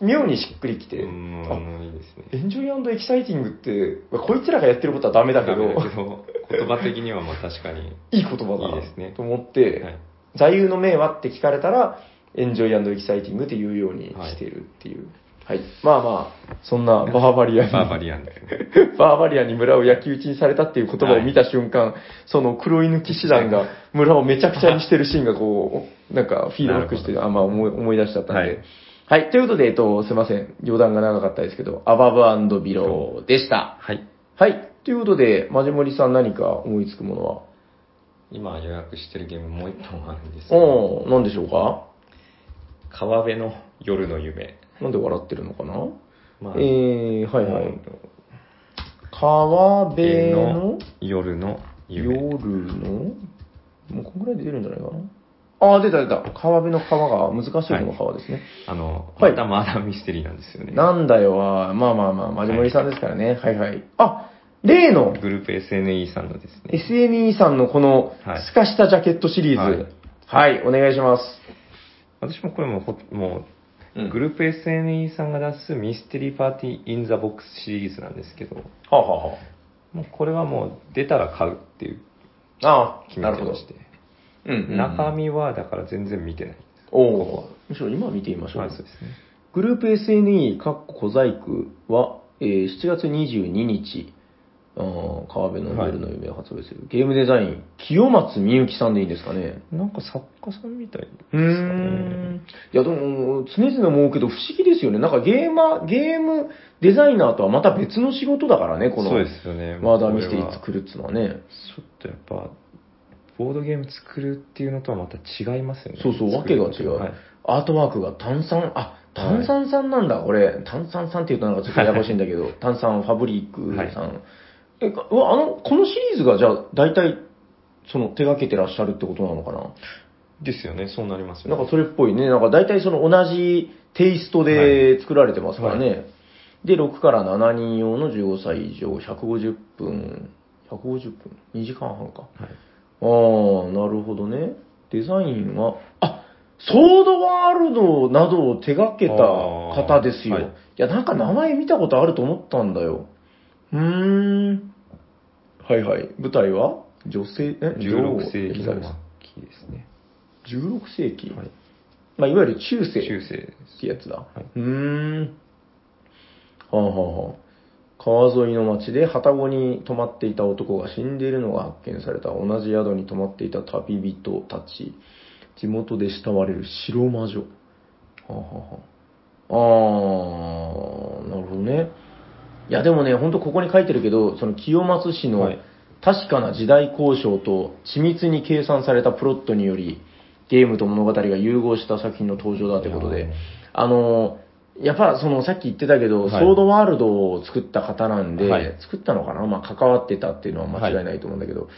妙にしっくりきて、
うーん、
あ
いいですね。
エンジョイエキサイティングって、こいつらがやってることはダメだけど、
だけど、言葉的にはまあ確かに。
いい言葉だない
いですね
と思って、
はい。
座右の銘はって聞かれたら、エンジョイエキサイティングって言うようにしてるっていう。はい。まあまあ、そんなバーバリアンに、
バーバリアンですね。
バーバリアンに村を焼き討ちにされたっていう言葉を見た瞬間、その黒犬騎士団が村をめちゃくちゃにしてるシーンがこう、なんかフィードバックし
な
て、あまあ思い思い出しちゃったんで。は
はいい、
ということで、えっと、すいません。余談が長かったですけど、アバブビローでした。
はい。
はい。ということで、まじもりさん何か思いつくものは
今予約してるゲームもう一本あるんですけど、
おー、何でしょうか
川辺の夜の夢。
なんで笑ってるのかな
まあ、
えー、はいは
う
い
ん。
川辺の
の夜の
夜
夢。
のもうこんぐらいで出るんじゃないかなあー、出た出た。川辺の川が、難しい方の川ですね。
あの、
はい
またマーダーミステリーなんですよね。
なんだよは、まあまあまあ、まじもりさんですからね。はいはい。あ、例の、
グループ SNE さんのですね。
SNE さんのこの、
はい
透かしたジャケットシリーズ。はい、お願いします。
私もこれもほ、もう、
うん
グループ SNE さんが出すミステリーパーティーインザボックスシリーズなんですけど、
はあ、はあは
もうこれはもう出たら買うっていう
あ、あ
決
ーな
め
る
て
ほ
ま
ど。
して。
うんうんうん
中身はだから全然見てない。
お
こ
おむしろ今見てみましょう。
はい、そうですね。
グループ SNE、カッコ小細工は、えー7月22日、あー川辺の夜の夢を発売する、ゲームデザイン、清松みゆきさんでいいんですかね。
なんか作家さんみたいです
うー
かね。
ん。いや、でも、常々思うけど、不思議ですよね。なんかゲーマー、ゲームデザイナーとはまた別の仕事だからね、この、
そうですよね。
マーダーミステリ
これ
ー
は
作るっていうのはね。
ちょっとやっぱ、ボードゲーム作るっていうのとはまた違いますよね。
そうそう、わ
作
け
る
が
のと
違う。
はい
アートワークが炭酸、あ、炭酸さんなんだ、これ。炭酸さんって言うとなんかちょっとややこしいんだけど、炭酸ファブリックさん。え、かうわあの、このシリーズがじゃあ、大体、その、手掛けてらっしゃるってことなのかな
ですよね、そうなりますよ
な
ね。
んかそれっぽいね。なんか大体その同じテイストで作られてますからね。で、6から7人用の15歳以上、150分、150分 ?2 時間半か。
はい
ああ、なるほどね。デザインは、あソードワールドなどを手掛けた方ですよ。
あーはい
い、や、なんか名前見たことあると思ったんだよ。うーん。はいはい。舞台は女性、
16世
え
紀
女王エリザ
の
ベス
末期ですね。
16世紀、
はい
まあ、いわゆる中世
中
っ
世です。
てやつだ。
はいう
ーん。はあはあはあ。川沿いの町で旅籠に泊まっていた男が死んでいるのが発見された。同じ宿に泊まっていた旅人たち。地元で慕われる白魔女。はあはあはあ。あー、なるほどね。いや、でもね、ほんとここに書いてるけど、その清松市の、
はい
確かな時代交渉と緻密に計算されたプロットにより、ゲームと物語が融合した作品の登場だということ
いや
で、あの、やっぱそのさっき言ってたけど、
はい
ソードワールドを作った方なんで、
はい
作ったのかなまあ関わってたっていうのは間違いないと思うんだけど、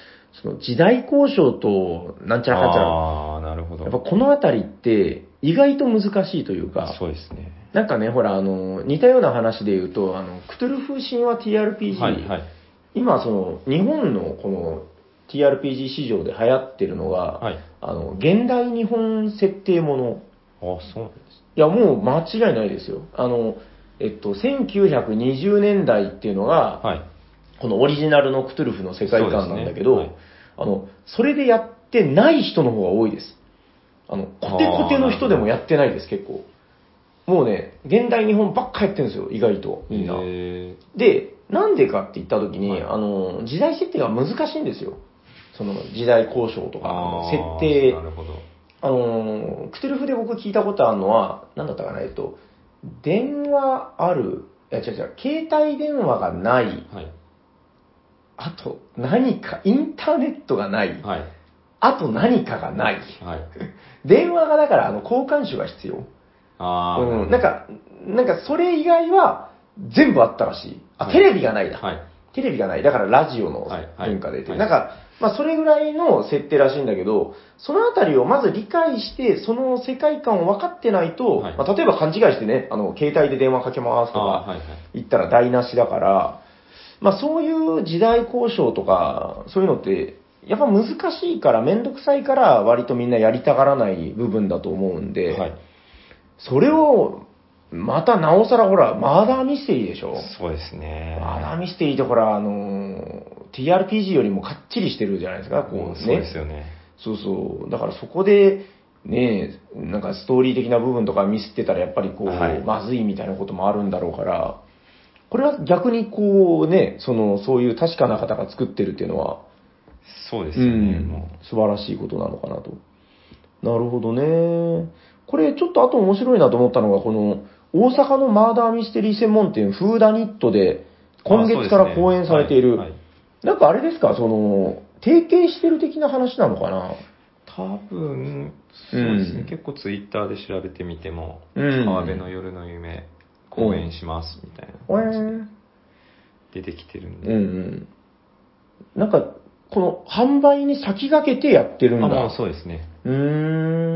その時代交渉となんちゃらかんちゃら、
ああ、なるほど。
やっぱこのあたりって意外と難しいというか、
そうですね。
なんかね、ほら、あの、似たような話で言うと、あの、クトゥルフ神話 TRPG、
はい、はい。
今その日本のこの TRPG 市場で流行ってるのが、
はい。あ
あの現代日本設定もの
そうなんです
いやもう間違いないですよあのえっと1920年代っていうのが、
はい。
このオリジナルのクトゥルフの世界観なんだけど
そうですねはい
あのそれでやってない人の方が多いですあのコテコテの人でもやってないです結構もうね、現代日本ばっかやってるんですよ、意外と、みんな。
え
で、なんでかって言った時に、
はい
あの、時代設定が難しいんですよ。その、時代交渉と
ー、
か
あ、ー
設定
な。るほど。
あのー、クテルフで僕聞いたことあるのは、なんだったかな、えっと、電話ある、いや違う違う、携帯電話がない、
はい。
あと何か、インターネットがない、
はい。
あと何かがない。
はい。
電話がだから、あの、交換手が必要。
ああ、
うん、なんか、なんかそれ以外は全部あったらしい。あ、
はい
テレビがないだ。
はい。
テレビがない。だからラジオの
はいはい
文化でって、
はい
なんか、まあそれぐらいの設定らしいんだけど、そのあたりをまず理解して、その世界観を分かってないと、
はい
まあ例えば勘違いしてね、あの、携帯で電話かけますと
ああー、
か、
はいはい。
言ったら台無しだから、まあそういう時代交渉とか、そういうのって、やっぱ難しいから、めんどくさいから、割とみんなやりたがらない部分だと思うんで、
はい、
それを、またなおさらほら、マーダーミステリーでしょ
そうですね。
マーダーミステリーってほら、あのー TRPG よりもかっちりしてるじゃないですか、こう
そうで
ね
す。よね。
そうそう。だからそこで、ねなんかストーリー的な部分とかミスってたらやっぱりこう、
はい
まずいみたいなこともあるんだろうから、これは逆にこうね、その、そういう確かな方が作ってるっていうのは、
そうです
う
よね、
ん
も、
素晴らしいことなのかなと。なるほどね。これちょっとあと面白いなと思ったのが、この大阪のマーダーミステリー専門店、フーダニットで、
う。
今月から公演されてい
あそ
る、
うですねはいはい
なんかあれですか、その、提携してる的な話なのかな
多分、そうですね、
うん
結構ツイッターで調べてみても、
うん
川辺の夜の夢、公演しますみたいな
え
感じ
ー
で出てきてるん
うんう
で。
ん。なんか、この販売に先駆けてやってるんだ。
あ、まあそうですね。
うー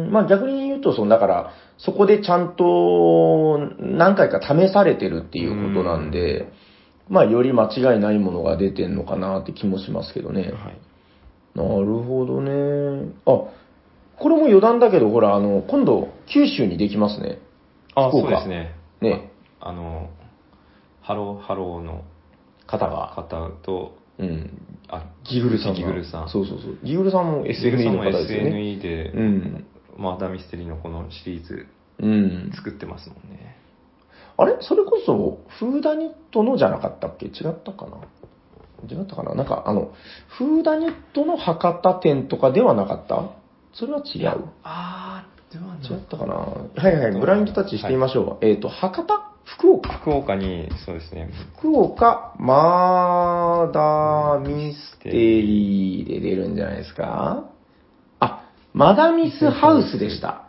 ん、まあ逆に言うと、その、だから、そこでちゃんと何回か試されてるっていうことなんで、まあより間違いないものが出てんのかなって気もしますけどね。
はい。
なるほどね。あ、これも余談だけど、ほら、あの、今度、九州にできますね。
あ、
福
そう
岡
ですね。
ね、
あの、ハローハローの
方が。
方と、
うん。
あ、
ギグルさんが。
ギグルさん。
そうそうそう。ギグルさんも
SNE
SNE
の
の方
方
ですよね。
SNE で、
うん。
マーダーミステリーのこのシリーズ
うん。
作ってますもんね。
あれそれこそ、フーダニットのじゃなかったっけ違ったかな違ったかななんか、あの、フーダニットの博多店とかではなかったそれは違う。
あー、では
違ったかなはいはい、ブラインドタッチしてみましょう。えっ、と、博多福岡
福岡に、そうですね、
福岡マーダーミステリーで出るんじゃないですかあ、マダミスハウスでした。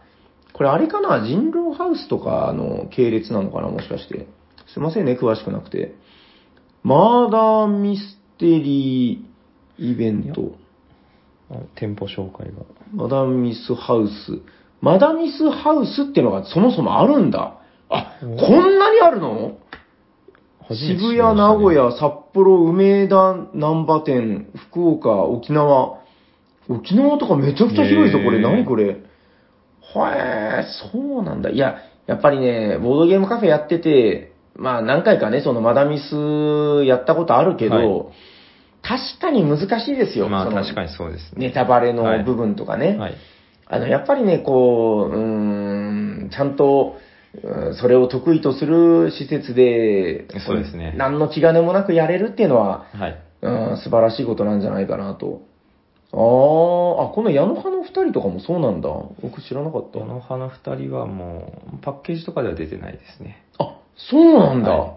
これあれかな人狼ハウスとかの系列なのかなもしかして。すいませんね、詳しくなくて。マーダーミステリーイベント。
店舗紹介が。
マダミスハウス。マダミスハウスってのがそもそもあるんだ。あ、こ
お
んなにあるの渋谷、名古。屋、札幌、梅田、難波店、福岡、沖縄。沖縄とかめちゃくちゃ広いぞ、
へー
これ。何これ。へえ、そうなんだ。いや、やっぱりね、ボードゲームカフェやってて、まあ何回かね、そのマダミスやったことあるけど、
はい
確かに難しいですよ。
まあ
その
確かにそうです
ネ
ね。
タバレの部分とかね。
はい。
あの、やっぱりね、こう、うーん、ちゃんと、うんそれを得意とする施設で、
そうですね
何の気兼ねもなくやれるっていうのは、
はい。
うん、素晴らしいことなんじゃないかなと。あー、あ、この矢野派の二人とかもそうなんだ。僕知らなかった
こ。の花二人はもう、パッケージとかでは出てないですね。
あ、そうなんだ。
は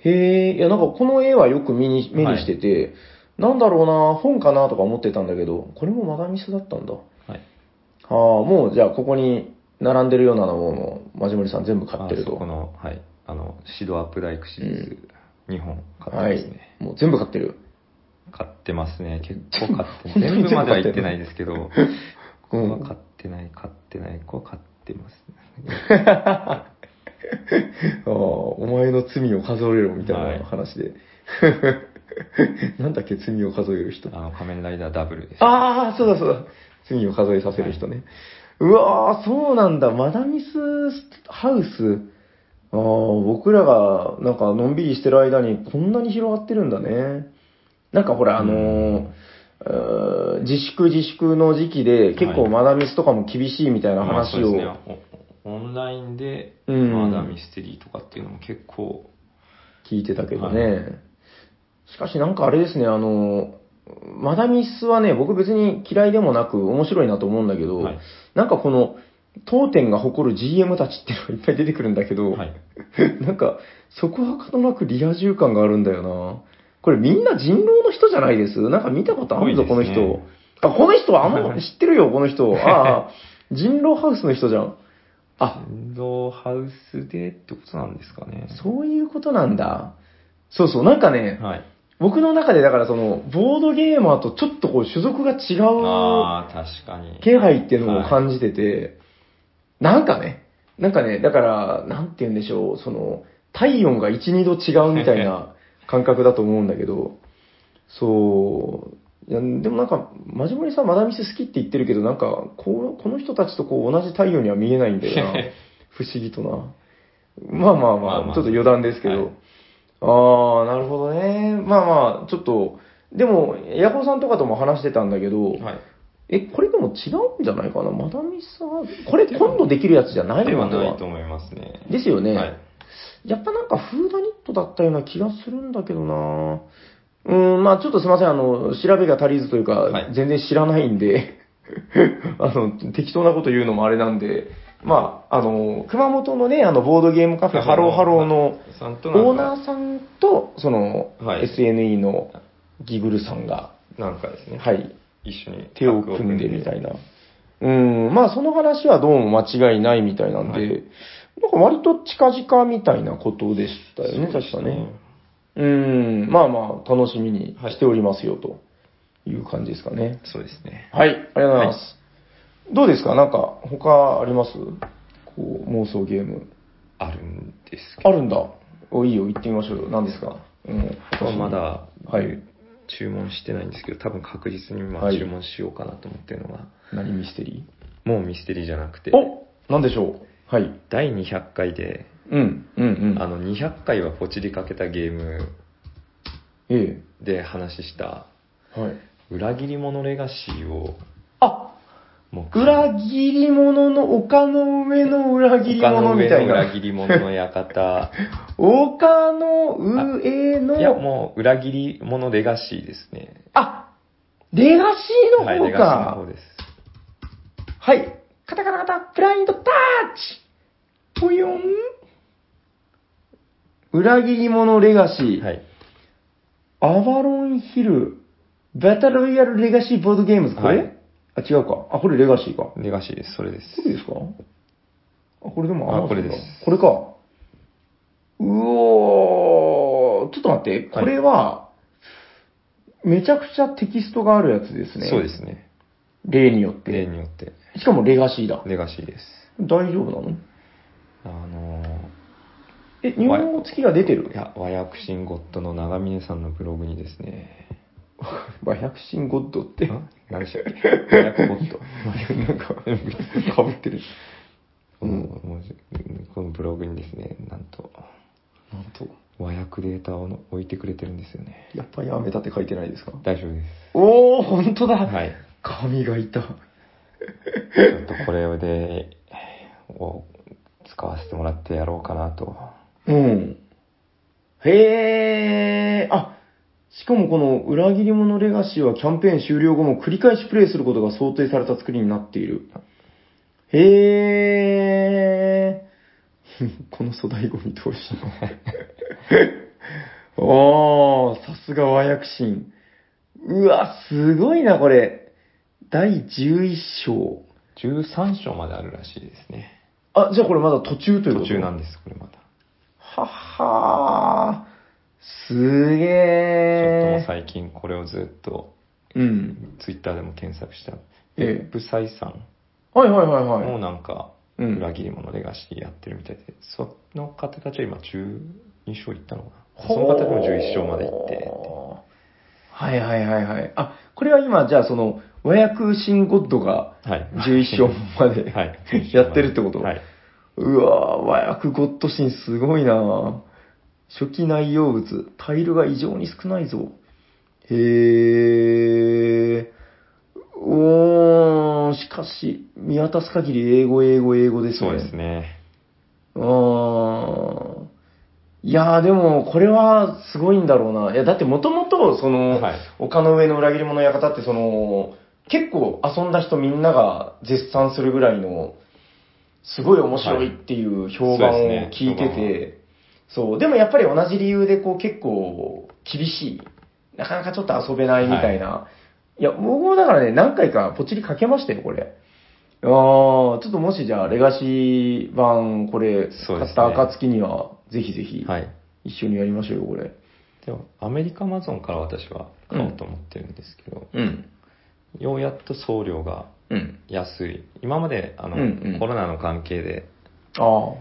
へえ、いや、なんかこの絵はよく目に目にしてて、なんだろうな、本かなとか思ってたんだけど、これもマダミスだったんだ。
はい。
ああ、もうじゃあここに並んでるようなのも、マジモリさん全部買ってる。
あそことの、はい。あの、シドアップライクシリーズ、2本
は
買ってます
い
ね。。
もう全部買ってる。
買ってますね。結構買って
本 当
全
に全部
部までは
買っ
言っ
てる
てないですけど、 こ
う
こは
ん。
買ってない、買ってない、ここは買ってますね。
ああ、お前の罪を数えろみたい
はい
な話で。 なんだっけ、罪を数える人。
あの、仮面ライダーダブルです。
ああ、そうだそうだ。罪を数えさせる人ね。うわーそうなんだ。マダミスハウス。ああ、僕らがなんかのんびりしてる間にこんなに広がってるんだね。なんかほら、あのーうー自粛自粛の時期で結構
はい
マダミスとかも厳しいみたいな話を
まあそうですねおオンラインで、
うん
マーダーミステリーとかっていうのも結構、
聞いてたけどね。
は
しかしなんかあれですね、あの、マダミスはね、僕別に嫌いでもなく面白いなと思うんだけど、
はい
なんかこの、当店が誇る GM たちっていうのがいっぱい出てくるんだけど、
はい
なんか、そこはかとなくリア充感があるんだよな。これみんな人狼の人じゃないですなんか見たことあるぞ、
多
こ
い
の
ですね
人。あ、この人はあの、知ってるよ、こ の人。ああ、人狼ハウスの人じゃん。あ、
人造ハウスでってことなんですかね。
そういうことなんだ。そうそう、なんかね、
はい。
僕の中でだからその、ボードゲーマーとちょっとこう種族が違う
ああ、確かに。
気配っていうのを
はい
感じてて、なんかね、なんかね、だから、なんて言うんでしょう、その、体温が1、2度違うみたい な感覚だと思うんだけど、そう、いやでもなんか、マジモリさん、マダミス好きって言ってるけど、なんか、こうこの人たちとこう同じ太陽には見えないんだ よな。不思議とな。まあまあまあ、
まあまあ
ちょっと余談ですけど。
はい
ああ、なるほどね。まあまあ、ちょっと、でも、ヤコウさんとかとも話してたんだけど、
はい。
え、これでも違うんじゃないかなマダミスは、これ今度できるやつじゃないの
では
あれ
ないと思いますね。
ですよね、
はい。
やっぱなんかフーダニットだったような気がするんだけどなうーん、まあちょっとすいません、あの、調べが足りずというか、
はい
全然知らないんで、 あの、適当なこと言うのもあれなんで、まああの、熊本のね、あの、ボードゲームカフェ、ハローハローの
さんと
オー
なん
ナ
か、
ーさんと、その、
はい
SNE のギグルさんが、
なんかですね、
はい、
一緒に
手を組んでみた
い
いな。うん、まあその話はどうも間違いないみたいなんで、
はい
なんか割と近々みたいなことでしたよね、確かね。うん、まあまあ楽しみにしておりますよという感じですかね。
そうですね。
はい、ありがとうございます。どうですかなんか他ありますこう妄想ゲーム。
あるんですけ
あ
ど。
るんだ。お、いいよ、行ってみましょうよ。何ですかうん。
あとはまだ、
はい
注文してないんですけど、多分確実にま
は
あ
い
注文しようかなと思ってるのが、
何ミステリ
もうミステリーじゃなくて
ー、お何でしょうはい。
第200回で、
うん、うん、うん。
あの、200回はポチりかけたゲーム
え
で話した、
え。はい。
裏切り者レガシーを、
あ
もう、
裏切り者の丘の上の裏切り
他の
者み
上
たい
の
な。
裏切り者の館、
丘の上の、
いや、もう、裏切り者レガシーですね。
あレガシーの
はい、レ
方
ガシーの
か
方。です。
はい。カタカタカタ、ブラインドタッチぽよん。裏切り者レガシー。
はい。
アバロンヒル、バトルロイヤルレガシーボードゲームズ、これ、
はい
あ、違うか。あ、これレガシーか。こ
レガシーです。それです。
れですかあ、これでも
あ
の
これです
これか。うおー、ちょっと待って、これは、めちゃくちゃテキストがあるやつですね。
そうですね。
例によって。
例によって、
しかもレガシーだ。
レガシーです。
大丈夫なの
あのー、
え、日本語付きが出てる
い や、和訳神ゴッドの長峰さんのブログにですね、
まあ、百神ゴッドって。
あ何でしたっけ和訳ゴッ ド。
なんか、かぶってる。うん
もうこのブログにですね、なんと、
なんと、
和訳データを置いてくれてるんですよね。
やっぱやめたって書いてないですか
大丈夫です。
おー、ほんとだ。
はい。
神がいた。
ちょっとこれで、を使わせてもらってやろうかなと。
うん。へー。あ、しかもこの裏切り者レガシーはキャンペーン終了後も繰り返しプレイすることが想定された作りになっている。へー。 この粗大ゴミ投資。 おー、さすが和訳神。うわ、すごいな、これ。第11章。
13章まであるらしいですね。
あ、じゃあこれまだ途中というこ
途
と
中なんです、これまだ。
はっはー。すげ
ちょっともう
え。
最近これをずっと、
うん。
ツイッターでも検索した。
ええ
ブサイさん
はいはいはいはい。
もなんか、
うん
裏切り者レガシーやってるみたいで、その方たちは今12章いったのかな。
ほ
そ
ー
の方でも11章まで行ってって。
はいはいはいはい。あ、これは今、じゃあその、和訳新ゴッドが
はい。
11章ま で、
はい。
やってるってこと、
はい。
うわぁ、和訳ゴッド神すごいなぁ。初期内容物、タイルが異常に少ないぞ。へぇー。おー、しかし、見渡す限り英語、英語、英語です
そ
ね。
うですね。
うーん。いやーでも、これはすごいんだろうな。いや、だってもともと、その、
はい
丘の上の裏切り者の館って、その、結構遊んだ人みんなが絶賛するぐらいの、すごい面白いっていう評判を聞いてて、
そうで
そう、でもやっぱり同じ理由で、こう結構厳しい。なかなかちょっと遊べないみたいな。い、や、僕もだからね、何回かポチリかけましたよ、これ。ああ、ちょっともしじゃあ、レガシー版、これ、
そうです
買
ね
った暁には、ぜひぜひ、
はい。
一緒にやりましょうよ、これ。
でも、アメリカマゾンから私は買おうと思ってるんですけど、
うん。
ようやっと送料が
うん。
安い。今まで、あの、
うんうん
コロナの関係で、
ああ。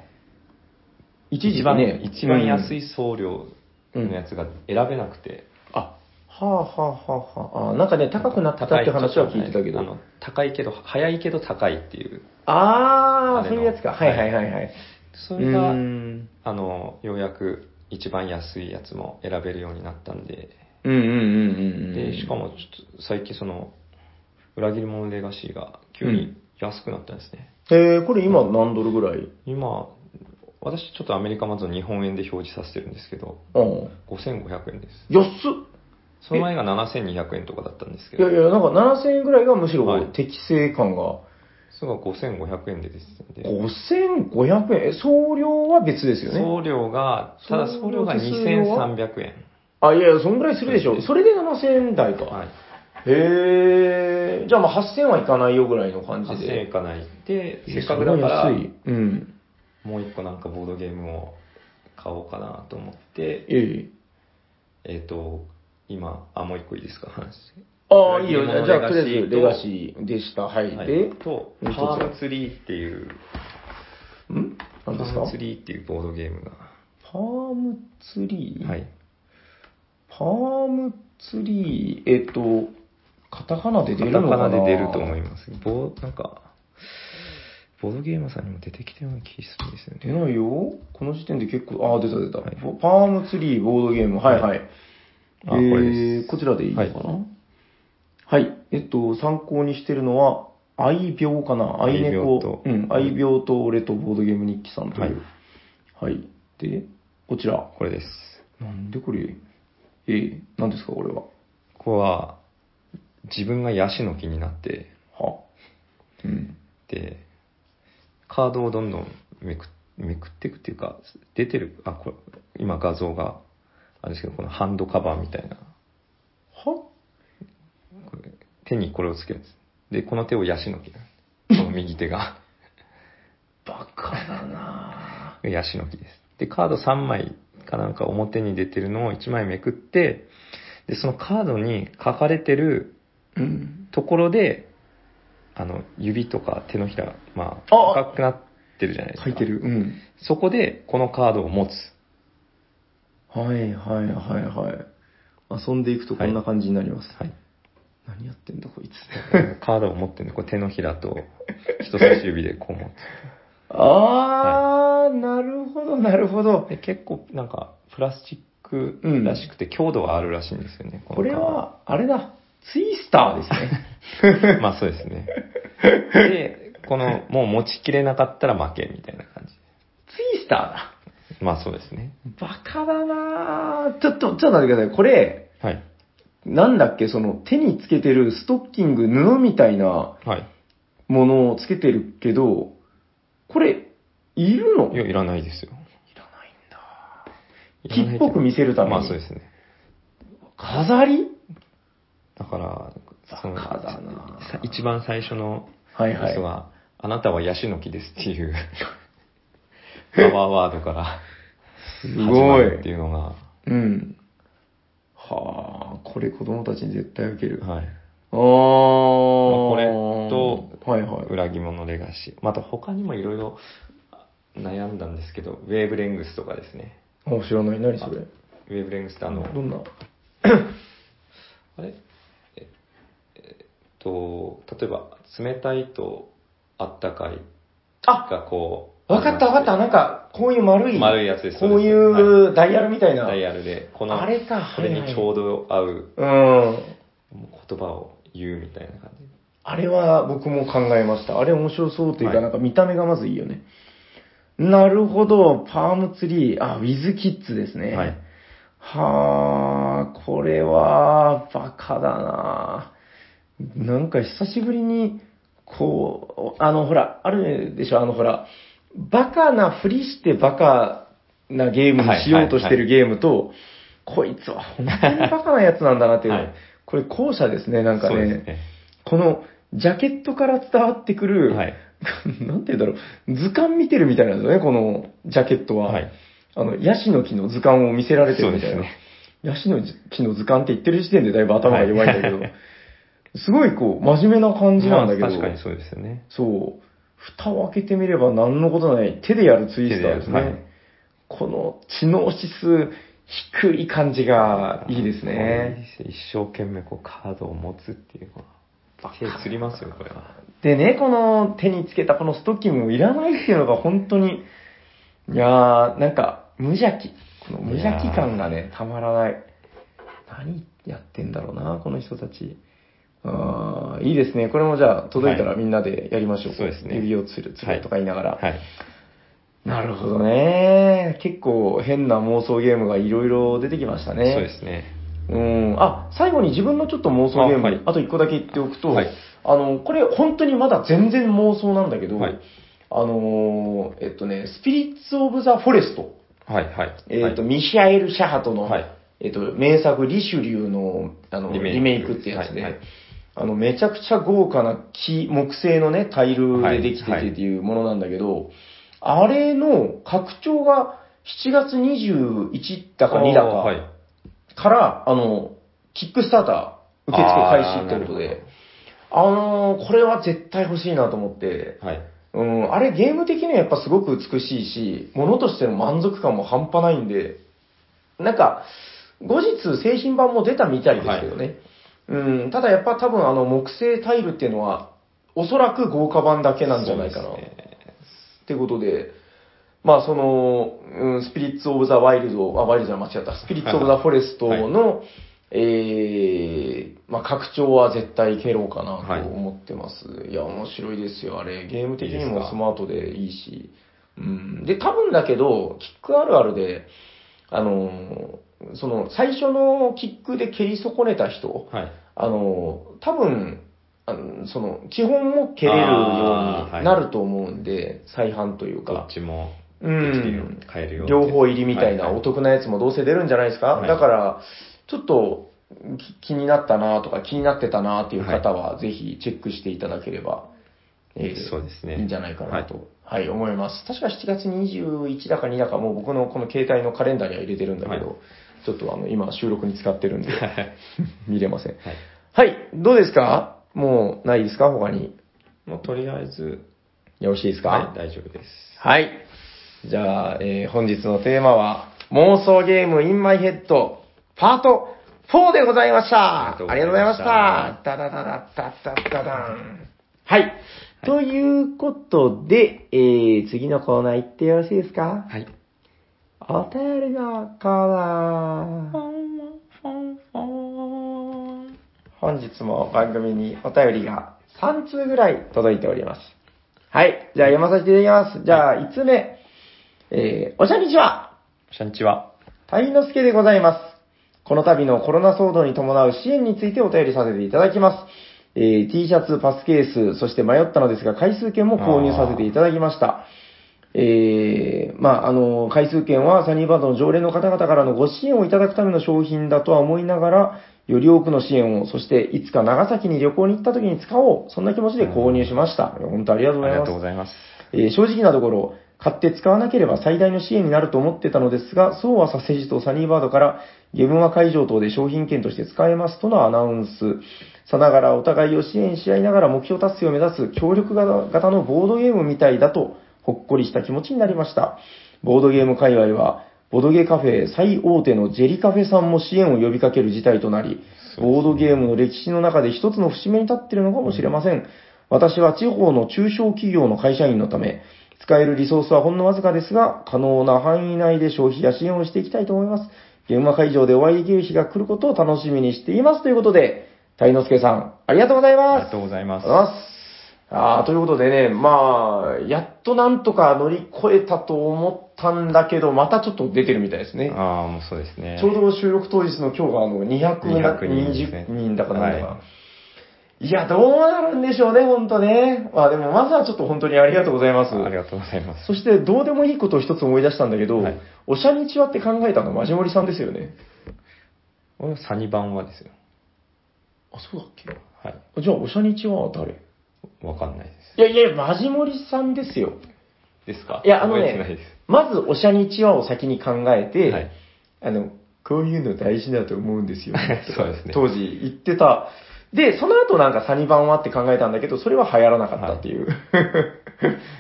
一時
一
期
番、
ね、
一番安
い。
い送料のやつが選べなくて、
あ、はあはあはあはあ。あなんかね、高くなったっていう話は聞いてたけ
あ
ど
の。高いけど、早いけど高いっていう。
あ
あ
あ、
れ
そう
の
いうやつか。はいはいはいはい。
それが、
うーん
あの、ようやく一番安いやつも選べるようになったんで、
うんうんうんうんうん。
で、しかもちょっと最近その、裏切り者レガシーが急に安くなったんですね。
えー、これ今何ドルぐらい
今、私ちょっとアメリカまず日本円で表示させてるんですけど、
うん。
5500円です。
安っ
その前が7200円とかだったんですけ
い
ど
やい、や、なんか7000円ぐらいがむし
は
ろ
い
適正感が。
それが5500円でですんで、
5500円え、送料は別ですよね。
送料が、ただ送料が
送料手数料は
2300円。
あ、いやいや、そんぐらいするでし
そう
ょ。
です
それで7000円台か。
はい。
へえ。じゃあまあ8000円はいかないよぐらいの感じ
8000円
で。
いかない。で、せっかくだから
す、ごい安いうん。
もう一個なんかボードゲームを買おうかなと思って、
ええ。
えっ、と、今、あ、もう一個いいですか、話。
ああ、いい
裏切り者
よ。じゃあ、とりあえず、レ
レガ
ガ
シ
シーでした。はい。
はい
で、
と、
もう一つ
パームツリーっていう、
ん
パ
何です
ー
か
ムツリーっていうボードゲームが、
パームツリー
は。い。
パームツリー、えっと、カタカナで
カ
出る
タ
のか
カ
な
ナで出ると思います。ボー、なんか、ボードゲームさんにも出てきたような気するんですよね。
出ないよ。この時点で結構、ああ、出た出た、
はい
パームツリーボードゲーム。はいはい。
あ
えー
これです
こちらでいいのかな、はい、えっと、参考にしてるのは、愛病かな愛
愛病
猫
と。
うん、愛病と俺とボードゲーム日記さんと
はい
いう。はい。で、こちら。
これです。
なんでこれ、えー、何ですかこれは。
ここは、自分がヤシの木になって、
は。うん。
で、カードをどんどんめくめくっていくっていうか、出てる、あ、これ、今画像が、あれですけど、このハンドカバーみたいな、
は
これ手にこれをつけるんです。で、この手をヤシの木この右手が、
バカだな
ヤシの木です。で、カード3枚かなんか表に出てるのを1枚めくって、で、そのカードに書かれてる
ぁうん。
ところで、あの、指とか手のひら、まあ、
あ
赤くなってるじゃないですか。
書いてる。うん。
そこで、このカードを持つ。
はいはいはいはい。遊んでいくとこんな感じになります。
はい。
何やってんだこいつ。
カードを持ってるんで、これ手のひらと人差し指でこう持
あー、なるほどなるほど
つ。。で、結構なんか、プラスチックらしくて、強度はあるらしいんですよね、
これ
のカード
は、あれだ、ツイスターです ね。
まあそうですね。で、この、もう持ちきれなかったら負けみたいな感じ。
ツイスターだ。
まあそうですね。
バカだなぁ。ちょっと、ちょっと待ってください。これ、
はい。
なんだっけ、その手につけてるストッキング、布みたいな
はい。
ものをつけてるけど、これ、いるの
いや、いらないですよ。
いらないんだ。
いら
木
ない
っぽく見せるために。
まあそうですね。
飾り
だから、その
バカだな
さ一番最初の
はい
や
はい
つ。は、あなたはヤシの木ですっていう、パワーワードから
す
始ま
ご
るって
い。
いうのが、
うん。はあ、これ子供たちに絶対受ける。ああ、
はい。
こ
れと
はいはい。
裏肝のレガシー。また他にもいろいろ悩んだんですけど、ウェーブレングスとかですね。
あ、知らない。何それ。
ウェーブレングスってあの、
どんな
あれええっと、例えば、冷たいとあったかい
あ、
がこう、
わかったわかった。なんか、こういう丸い。
丸いやつです
こうい
は
うダイヤルみたいな。
ダイヤルで、この、
あれか。
これにちょうど合う
ど。うん。
言葉を言うみたいな感じ。
あれは僕も考えました。あれ面白そうというか、
はい
なんか見た目がまずいいよね。なるほど、パームツリー、あ、ウィズキッズですね。
はい。
はあ、これは、バカだななんか久しぶりに、こう、あの、ほら、あるでしょ、あの、ほら、バカなふりしてバカなゲームにしようとしてるゲームと、こいつは本当にバカなやつなんだなっていう、
はい
これ後者ですね、なんか
そう
ね。
ですね。
この、ジャケットから伝わってくる、
はい
なんて言うんだろう、図鑑見てるみたいなんですよね、このジャケットは。
はい。
あの、ヤシの木の図鑑を見せられてるみたい
そう
な。
ですね
ヤシの木の図鑑って言ってる時点でだいぶ頭が弱いんだけど、すごいこう、真面目な感じなんだけ
ま
ど、
あ確かにそうですよね。
そう、蓋を開けてみれば何のことない、手でやるツイスターですね。
手でやるはい
この知能指数低い感じがいいですね。
これいいですよ。一生懸命こうカードを持つっていうのは。手つりますよ、これは。
でね、この手につけたこのストッキングもいらないっていうのが本当に、いやー、なんか無邪気。この無邪気感が
い
ね、たまらない。何やってんだろうな、この人たち。あーいいですね。これもじゃあ、届いたら
はい
みんなでやりましょう。
そうですね
指をつるつるとか言いながら。
はい。
なるほどね。結構変な妄想ゲームがいろいろ出てきましたね。
そうですね。
うん。あ、最後に自分のちょっと妄想ゲーム、あ,、
あはい
と一個だけ言っておくと、
はい
あの、これ本当にまだ全然妄想なんだけど、
はい
あのーえっとね、スピリッツ・オブ・ザ・フォレスト、
はい、はい。
えっと、
はい
ミシャエル・シャハトの、
はい
えっと、名作、リシュリューの、あの、リ
リメ
メ
イク
イクってやつで、
はいはい
あの、めちゃくちゃ豪華な木、木製のね、タイル
は
で
い
できててっていうものなんだけど、あれの拡張が7月21だか2だか、
あーはい。
から、あの、キックスターター受付開始ってことで、あのーこれは絶対欲しいなと思って、
はい。
うん、あれゲーム的にはやっぱすごく美しいし、物としての満足感も半端ないんで、なんか、後日製品版も出たみたいですけどね。うん、ただやっぱ多分あの木製タイルっていうのは、おそらく豪華版だけなんじゃないかな。
そうですね
ってことで、まあその、うん、スピリッツ・オブ・ザ・ワイルド、あ、ワイルドじゃ間違った、スピリッツ・オブ・ザ・フォレストの、えー、まあ拡張は絶対蹴ろうかなと思ってます。い、や、面白いですよ、あれ。ゲーム的に
いいで
も
すか
スマートでいいし。うん。で、多分だけど、キックあるあるで、あのーその、最初のキックで蹴り損ねた人、
はい。
あの、多分、あのその、基本も蹴れるよう
あーは
に
い
なると思うんで、再販という
ど
か
っ、ちも、
う
どっちでよ
ん、
買えるように
両方入りみたいな
は
お得なやつもどうせ出るんじゃないですか、
はい
だから、ちょっとき気になったなとか気になってたなっていう方は、ぜひチェックしていただければ、えー
そうですね
いいんじゃないかなと、はい、思います。確か7月21だか2だか、もう僕のこの携帯のカレンダーには入れてるんだけど、
は
ちょっとあの、今収録に使ってるんで、
はい。
見れません。
はい
はい、どうですかもうないですか他に。
もうとりあえず、
よろしいですか
はい、大丈夫です。
はい。じゃあ、えー本日のテーマは、妄想ゲーム in my head パート4でございました。あ
ありがと
りがとう
うござ
ござい
い
ま
まし
し
た
た。ダダダダダダダダン。はい。ということで、えー次のコーナー行ってよろしいですか
はい。
お便りのコーナー。本日も番組にお便りが3通ぐらい届いております。はい。じゃあ読まさせていただきます。じゃあ5つ目。えー、おしゃにちは
シャンチは、
タイノスケでございます。この度のコロナ騒動に伴う支援についてお便りさせていただきます。えー T シャツ、パスケース、そして迷ったのですが、回数券も購入させていただきました。えー、まあ、あの、回数券はサニーバードの常連の方々からのご支援をいただくための商品だとは思いながら、より多くの支援を、そしていつか長崎に旅行に行った時に使おう、そんな気持ちで購入しました。本当ありが
あ
と
り
うござい
がと
ます
うご。ざいます。
えー正直なところ、買って使わなければ最大の支援になると思ってたのですが、そうはさせじとサニーバードから、ゲームマ会場等で商品券として使えますとのアナウンス。さながらお互いを支援し合いながら目標達成を目指す協力型のボードゲームみたいだと、ほっこりした気持ちになりました。ボードゲーム界隈は、ボドゲカフェ最大手のジェリカフェさんも支援を呼びかける事態となり、ボードゲームの歴史の中で一つの節目に立っているのかもしれません。私は地方の中小企業の会社員のため、使えるリソースはほんのわずかですが、可能な範囲内で消費や支援をしていきたいと思います。現場会場でお会いできる日が来ることを楽しみにしていますということで、大之助さん、ありがとうござい
あ
ます。
りがとうござい
ありが
ま
とう
す。
ございます。あーということでね、まあ、やっとなんとか乗り越えたと思ったんだけど、またちょっと出てるみたいですね。
ああ、もうそうですね。
ちょうど収録当日の今日があの
220人ですね
220人だからなんだか、、
はい
や、どうなるんでしょうね、ほんとね。まあでも、まずはちょっと本当にありがとうございます。
ありがとうございます。
そして、どうでもいいことを一つ思い出したんだけど、
はい
おしゃにちはって考えたのマジモリさんですよね。
俺はサニバンはですよ。
あ、そうだっけ
はい。
あじゃあ、おしゃにちは誰い
わかんないで
やいや、マジモリさんですよ。
す。ですか
いや、あの
覚えてない
ね
です、
まずおしゃにちはを先に考えて、
はい。
あの、こういうの大事だと思うんですよ
そうですね
当時言ってた。で、その後なんかサニバンはって考えたんだけど、それは流行らなかったっ ていう。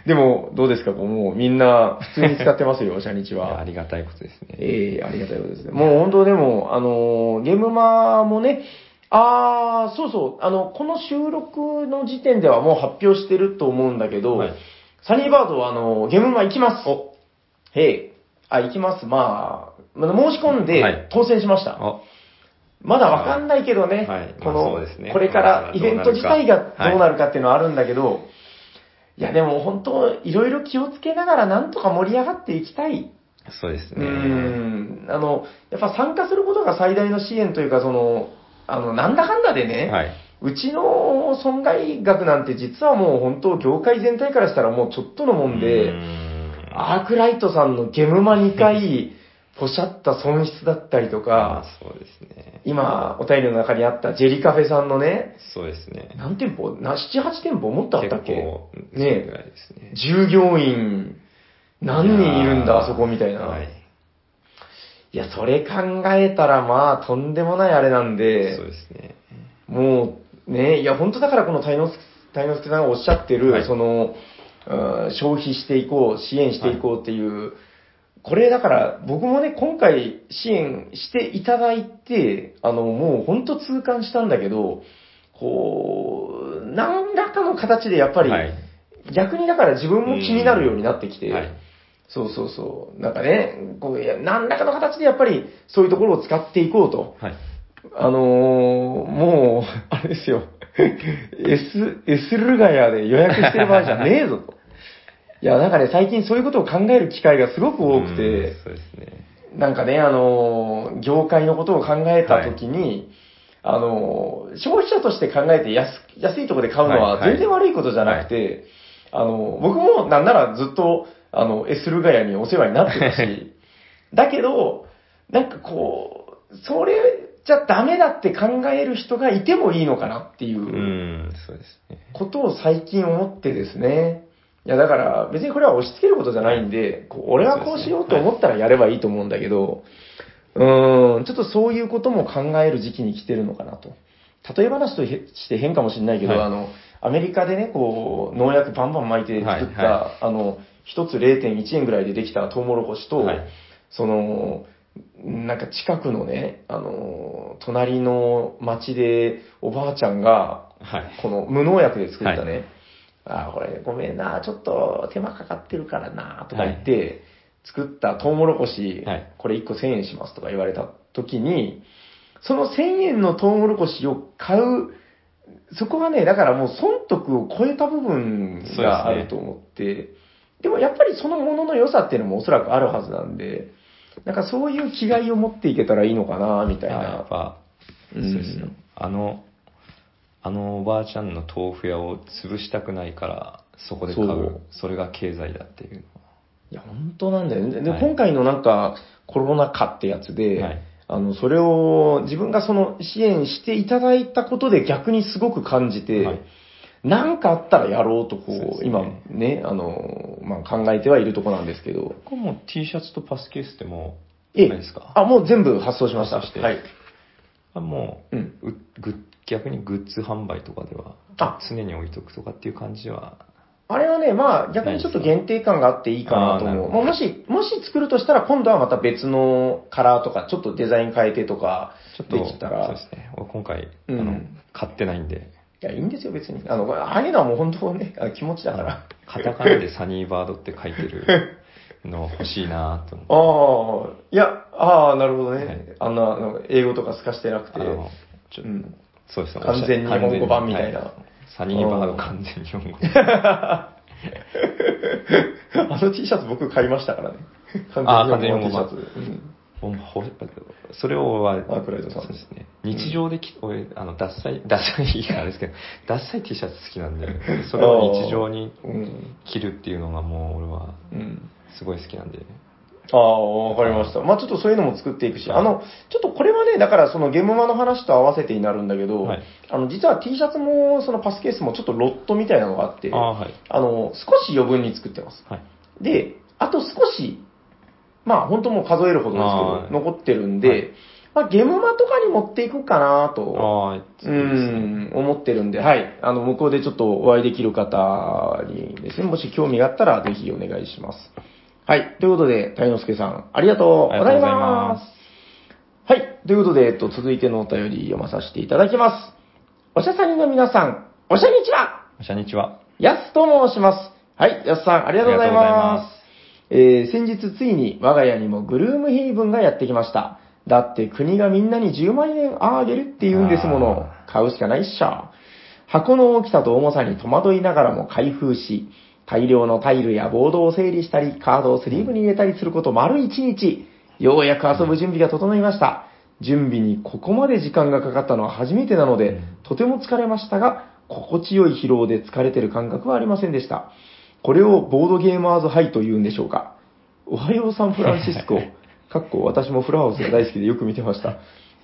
でも、どうですかもうみんな普通に使ってますよ、おしゃにち
いやあ
は。
りがたいことですね。
ええありがたいことですね。もう本当でも、あのーゲームマもね、あー、そうそう、あの、この収録の時点ではもう発表してると思うんだけど、
はい
サニーバードはあの、ゲームマ行きます。へい。あ、行きます。まあ、まだ申し込ん
は
で
い
当選しました。
あ、
まだわかんないけどね、
はいま
こ
あ
の、
そうですね
これからイベント自体がどうなるかっていうのはあるんだけど、い、やでも本当、いろいろ気をつけながらなんとか盛り上がっていきたい。
そうです
う
ね。
ん。あの、やっぱ参加することが最大の支援というか、その、あの、なんだかんだでね、
はい。
うちの損害額なんて実はもう本当、業界全体からしたらもうちょっとのもんで、
うん
アークライトさんのゲムマ2回、 ポシャった損失だったりと
まあ
か、、
そうですね。
今、お便りの中にあったジェリカフェさんのね、
そうですね。
何店舗な ?7、8店舗もっとあったっけ
結構、そ
ね
れぐらいですね。
従業員、何人いるんだ、あそこみたいな。
はいい。、
や、それ考えたら、まあ、とんでもないあれなんで
そう、ですね。
もう、ね、いや、本当だからこの大之助大之助さんがおっしゃってる、
はい
その、うん消費していこう、支援していこうっていう、これだから僕もね、今回支援していただいて、あの、もう本当痛感したんだけど、こう、何らかの形でやっぱり、
はい
逆にだから自分も気になるようになってきて、
はい。
そうそうそう、なんかね、こういや何らかの形でやっぱりそういうところを使っていこうと。
はい。
あのー、もう、あれですよ。 エス、エスルガヤで予約してる場合じゃねえぞと。いや、なんかね、最近そういうことを考える機会がすごく多
うん、
くて
そうですね。
なんかね、あのー、業界のことを考えたときに、あのー、消費者として考えて安安いところで買うのは
はいはい、
全然悪いことじゃなくて、あのー、僕もなんならずっと、あの、エスルガヤにお世話になってた し、だけど、なんかこう、それじゃダメだって考える人がいてもいいのかなっていううん
そうですね。
ことを最近思ってですね、いやだから別にこれは押し付けることじゃないんで、こう俺はこうしようと思ったらやればいいと思うんだけど、うーん、ちょっとそういうことも考える時期に来てるのかなと。例え話とへして変かもしれないけど、
はい
あの、アメリカでね、こう、農薬バンバン巻いて作った、
はいは
あの、一つ0.1円ぐらいでできたトウモロコシと、
はい
その、なんか近くのね、あの、隣の町でおばあちゃんが、
はい。
この無農薬で作ったね、ああ、これごめんな、ちょっと手間かかってるからな、とか言って、作ったトウモロコシ、
はい
これ1個1000円しますとか言われた時に、その1000円のトウモロコシを買う、そこはね、だからもう損得を超えた部分があると思って、でもやっぱりそのものの良さっていうのもおそらくあるはずなんで、なんかそういう気概を持っていけたらいいのかな、みたい
あや
な
っ。ぱ、
う
そうんですよ。あの、あのおばあちゃんの豆腐屋を潰したくないから、そこで買う。
そ
そうれが経済だっていう
いや、本当なんだよね。で、
はい
今回のなんか、コロナ禍ってやつで、
のは。はい。
あの、それを自分がその支援していただいたことで逆にすごく感じて、
はい
なんかあったらやろうとこう、
そうですね
今ね、あの、まあ、考えてはいるとこなんですけど、
ここも T シャツとパスケースってもう、
え
あれ
え
です、か
あ、もう全部発送しました。
発送して
はい。
あも
うん。
ううぐ、逆にグッズ販売とかでは
あ、
常に置いとくとかっていう感じは、
あれはね、まあ、逆にちょっと限定感があっていいかな
あー
と
なる
思う。
ほど
まあもし、もし作るとしたら、今度はまた別のカラーとか、ちょっとデザイン変えてとか、
ちょっと、
できたら
そうですね。俺今回、
うん
あの、買ってないんで、
いや、いいんですよ、別に。あの、ああいうのはもう本当ね、あ気持ちだから。
カタカナでサニーバードって書いてるの欲しいなと思って。
ああ、いや、ああ、なるほどね。
はい
あんな、なんか英語とか透かしてなくて。
あの、ちょ
うん
そうですね。
完全日本語版みたいな
はサニーバード完全日本語版。
あの T シャツ僕買いましたか らね。
あー完全
日
に
本語
もうま
T シャツうん
もうほそれをは、
あクライドさん
そうですね。日常でき、俺、あの、ダッサイ、ダッサイ、いいからあれですけど、ダッサい T シャツ好きなんで、それを日常に
うん。
着るっていうのがもう俺は、
うん。
すごい好きなんで。
ああ、わかりました。まあちょっとそういうのも作っていくし、あの、ちょっとこれはね、だからそのゲムマの話と合わせてになるんだけど、
はい
あの、実は T シャツも、そのパスケースもちょっとロットみたいなのがあって、
ああ、はい。
あの、少し余分に作ってます。
はい。
で、あと少し、まあ本当もう数えるほど
あー
ですけど、残ってるんで、
はい
まあゲムマとかに持っていこうかなと。
ああ、
う
そうですね。
ん、思ってるんで、はい。あの、向こうでちょっとお会いできる方にですね、もし興味があったら、ぜひお願いします。はい。ということで、谷之助さん、ありがとうございます。はい。ということで、えっと、続いてのお便り読まさせていただきます。おしゃさにの皆さん、おしゃにちは
おしゃにちは。
やすと申します。はい、やすさん、ありがとうございます。えー先日ついに我が家にもグルームヘイブンがやってきました。だって国がみんなに10万円あげるって言うんですもの。買うしかないっしょ。箱の大きさと重さに戸惑いながらも開封し、大量のタイルやボードを整理したり、カードをスリーブに入れたりすること丸一日。ようやく遊ぶ準備が整いました。準備にここまで時間がかかったのは初めてなので、とても疲れましたが、心地よい疲労で疲れてる感覚はありませんでした。これをボードゲーマーズハイと言うんでしょうか。おはようサンフランシ スコ。かっこ私もフラハウスが大好きでよく見てました。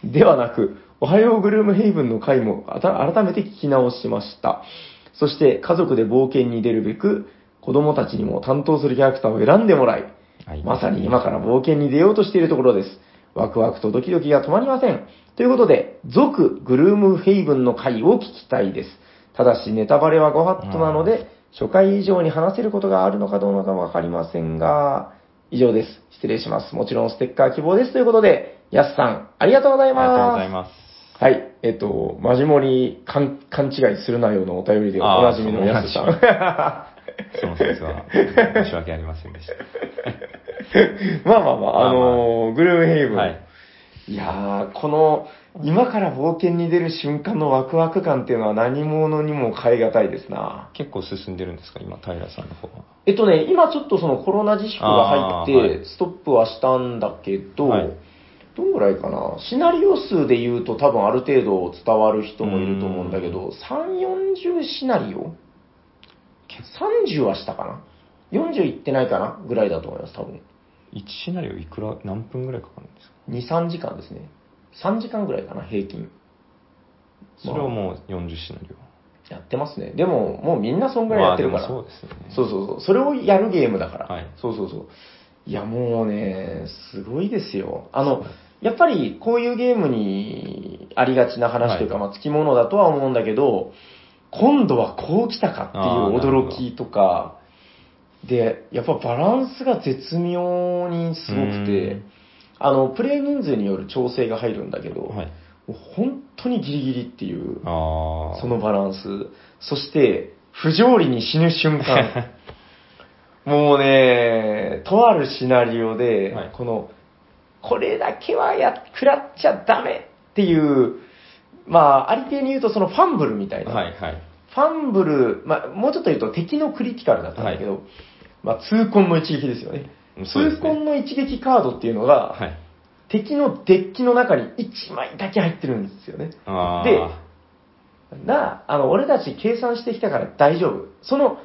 ではなく、おはようグルームヘイブンの回もあた改めて聞き直しました。そして家族で冒険に出るべく、子供たちにも担当するキャラクターを選んでもらい、
はい
まさに今から冒険に出ようとしているところです。ワクワクとドキドキが止まりません。ということで、続グルームヘイブンの回を聞きたいです。ただし、ネタバレはご法度なので、初回以上に話せることがあるのかどうかわかりませんが、以上です。失礼します。もちろんステッカー希望です。ということで、やすさん、ありがとうござ
あ
い
りがとうござい
ま
ます。
す。はい。えっと、マジモリ勘勘違いするなよのお便りでおなじみのやすさ
あーそ
ん。
その説は、申し訳ありませんでした。
まあまあまあ、あのーグルームヘイブン。
はいい、
やー、この、今から冒険に出る瞬間のワクワク感っていうのは何者にも変え難いですな。
結構進んでるんですか、今、平さんの方は。
えっとね、今ちょっとそのコロナ自粛が入
あー
っ
は
て、ストップはしたんだけど、
はい
どんぐらいかな。シナリオ数で言うと多分ある程度伝わる人もいると思うんだけど、3、40シナリオ ?30 はしたかな ?40 いってないかなぐらいだと思います、多分。
1シナリオいくら、何分ぐらいかかるんですか
2、3時間ですね。3時間ぐらいかな、平均。
それをもう40シナリ
やってますね。でも、もうみんなそん
オ。
ぐらいや
ま
っ
あ
て
で
るか
も
ら。
そうですよね。
そうそうそう。それをやるゲームだから。
はい
そうそうそう。いや、もうね、すごいですよ。あの、やっぱりこういうゲームにありがちな話というか、
は
まあ、つきものだとは思うんだけど、今度はこう来たかって
あーなる
い
ほ
う
ど
驚きとか、で、やっぱバランスが絶妙にすごく
う
て
ん、
あの、プレイ人数による調整が入るんだけど、
はい。
もう本当にギリギリっていう。
ああ。
そのバランス。そして、不条理に死ぬ瞬 間。もうね、とあるシナリオで、
はい
この、これだけはや、食らっちゃダメっていう、まあ、ありていに言うとそのファンブルみたいな。
はいはい。
ファンブル、まあ、もうちょっと言うと敵のクリティカルだったんだけど、まあ、痛恨の一撃ですよね。
そうです
痛恨
ね。
の一撃カードっていうのが、
はい。
敵のデッキの中に1枚だけ入ってるんですよね。
あ
でなあ、あの、俺たち計算してきたから大丈夫。その、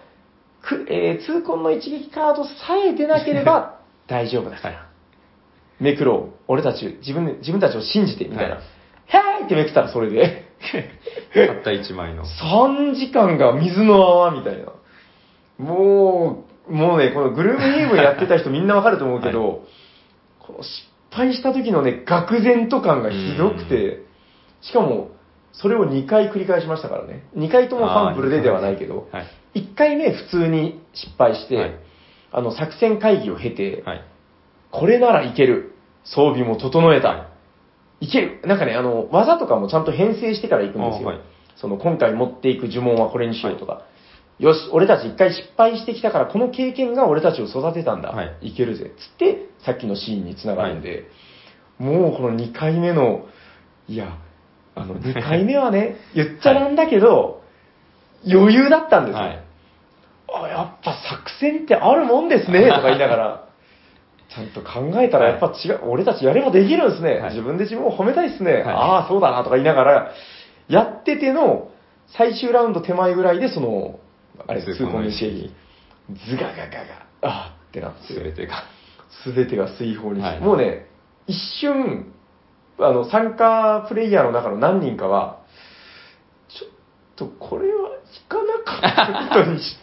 くえー痛恨の一撃カードさえ出なけれ ば大丈夫 だから。めくろう。俺たち、自分で、自分たちを信じて、みたいな。
はい
はい、ってめくったらそれで。
で、たった1枚の。
3時間が水の泡みたいな。もう、もうね、このグルームヘイブンやってた人みんなわかると思うけど、この失敗した時のね、愕然と感がひどくて、しかも、それを2回繰り返しましたからね。2回ともファンブルでではないけど、
はい。
1回目普通に失敗して、
はい
あの、作戦会議を経て、
はい。
これならいける。装備も整えた。、
はい
ける。なんかね、あの、技とかもちゃんと編成してから行くんですよ。
あはい
その、今回持っていく呪文はこれにしようとか。よし、俺たち一回失敗してきたから、この経験が俺たちを育てたんだ。、
はい
けるぜ。つって、さっきのシーンにつながるんで、もうこの2回目の、いや、
あの、
2回目は ね、言っちゃなんだけど、余裕だったんですよ、
はい。
あ、やっぱ作戦ってあるもんですね、 とか言いながら、ちゃんと考えたらやっぱ違う、俺たちやればできるんですね、
はい
自分で自分を褒めたいですね、
はい
ああ、そうだな、とか言いながら、やってての最終ラウンド手前ぐらいで、その、あれ、
痛
痛
恨
恨
の
の
一
試合
撃
に、ズガガガガ、ああってなって、
すべてが。
すべてが水泡に、
はい
もうね、一瞬、あの、参加プレイヤーの中の何人かは、ちょっとこれは引かなかったことにし、ち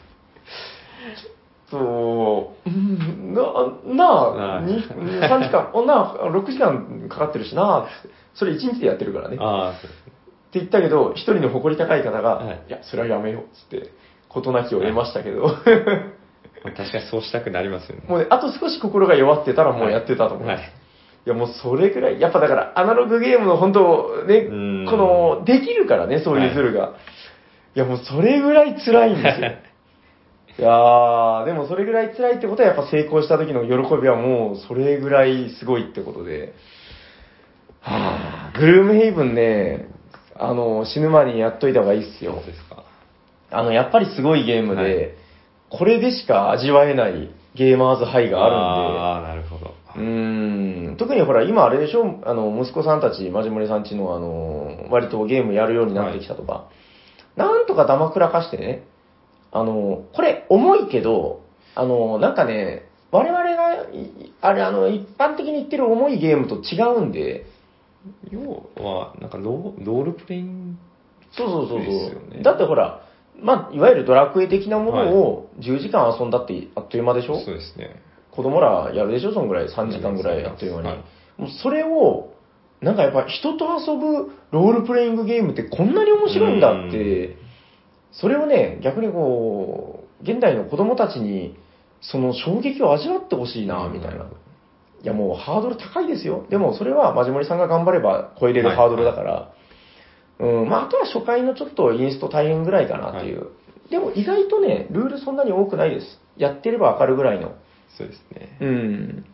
ょっと、うんな、な
は
あ、
い
に3時間、おなあ、6時間かかってるしなあ、それ1日でやってるからね。
ああ、そうです
って言ったけど、一人の誇り高い方が、
はい
い、や、それはやめよう、つって、事なきを得ましたけど、
まあ確かにそうしたくなりますよね。
もうね、あと少し心が弱ってたらもうやってたと思う。
はい
いやもうそれぐらい、やっぱだからアナログゲームの本当ね
うん、
この、できるからね、そういうズルが。い、やもうそれぐらい辛い んですよ。いやー、でもそれぐらい辛いってことはやっぱ成功した時の喜びはもうそれぐらいすごいってことで。はぁ、グルームヘイブンね、あの、死ぬ前にやっといた方がいいっすよ
そう。ですか。
あの、やっぱりすごいゲームで、
はい
これでしか味わえないゲーマーズハイがあるんで、
ああ、なるほど。
うーん特にほら、今あれでしょ、あの、息子さんたち、マジモリさんちの、あの、割とゲームやるようになってきたとか、なんとかダマくらかしてね、あの、これ重いけど、あの、なんかね、我々が、いあれ、あの、一般的に言ってる重いゲームと違うんで、
要は、なんかロー、ロールプレイング
そうそうそう
ですよ
そう、
ね
だってほら、まあ、いわゆるドラクエ的なものを10時間遊んだってあっという間でしょ、
そうですね。
子供らやるでしょ、そんぐらい、3時間ぐらいあっという間に。
はい
もうそれを、なんかやっぱ人と遊ぶロールプレイングゲームってこんなに面白いんだっ
う
て、それをね、逆にこう、現代の子供たちに、その衝撃を味わってほしいな、みたいな。いやもうハードル高いですよ。でもそれはマジモリさんが頑張れば超えれるハードルだから、うん、まああとは初回のちょっとインスト大変ぐらいかなっていう。でも意外とね、ルールそんなに多くないです。やってればわかるぐらいの。
そうですね。
うん、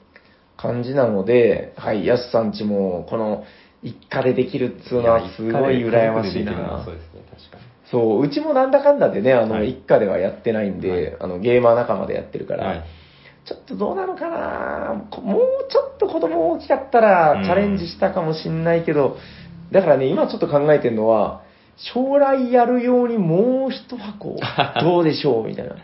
感じなので、はい、やすさんちも、この、一家でできるっつうのは、すごい羨まし
家族でできる
い
のは
な
そう。ですね、確かに。
そう、うちもなんだかんだでね、あの、
はい
一家ではやってないんで、
はい
あの、ゲーマー仲間でやってるから、
はい
ちょっとどうなのかなこもうちょっと子供大きかったら、チャレンジしたかもしんないけど、だからね、今ちょっと考えてるのは、将来やるようにもう一箱、どうでしょう、みたいな。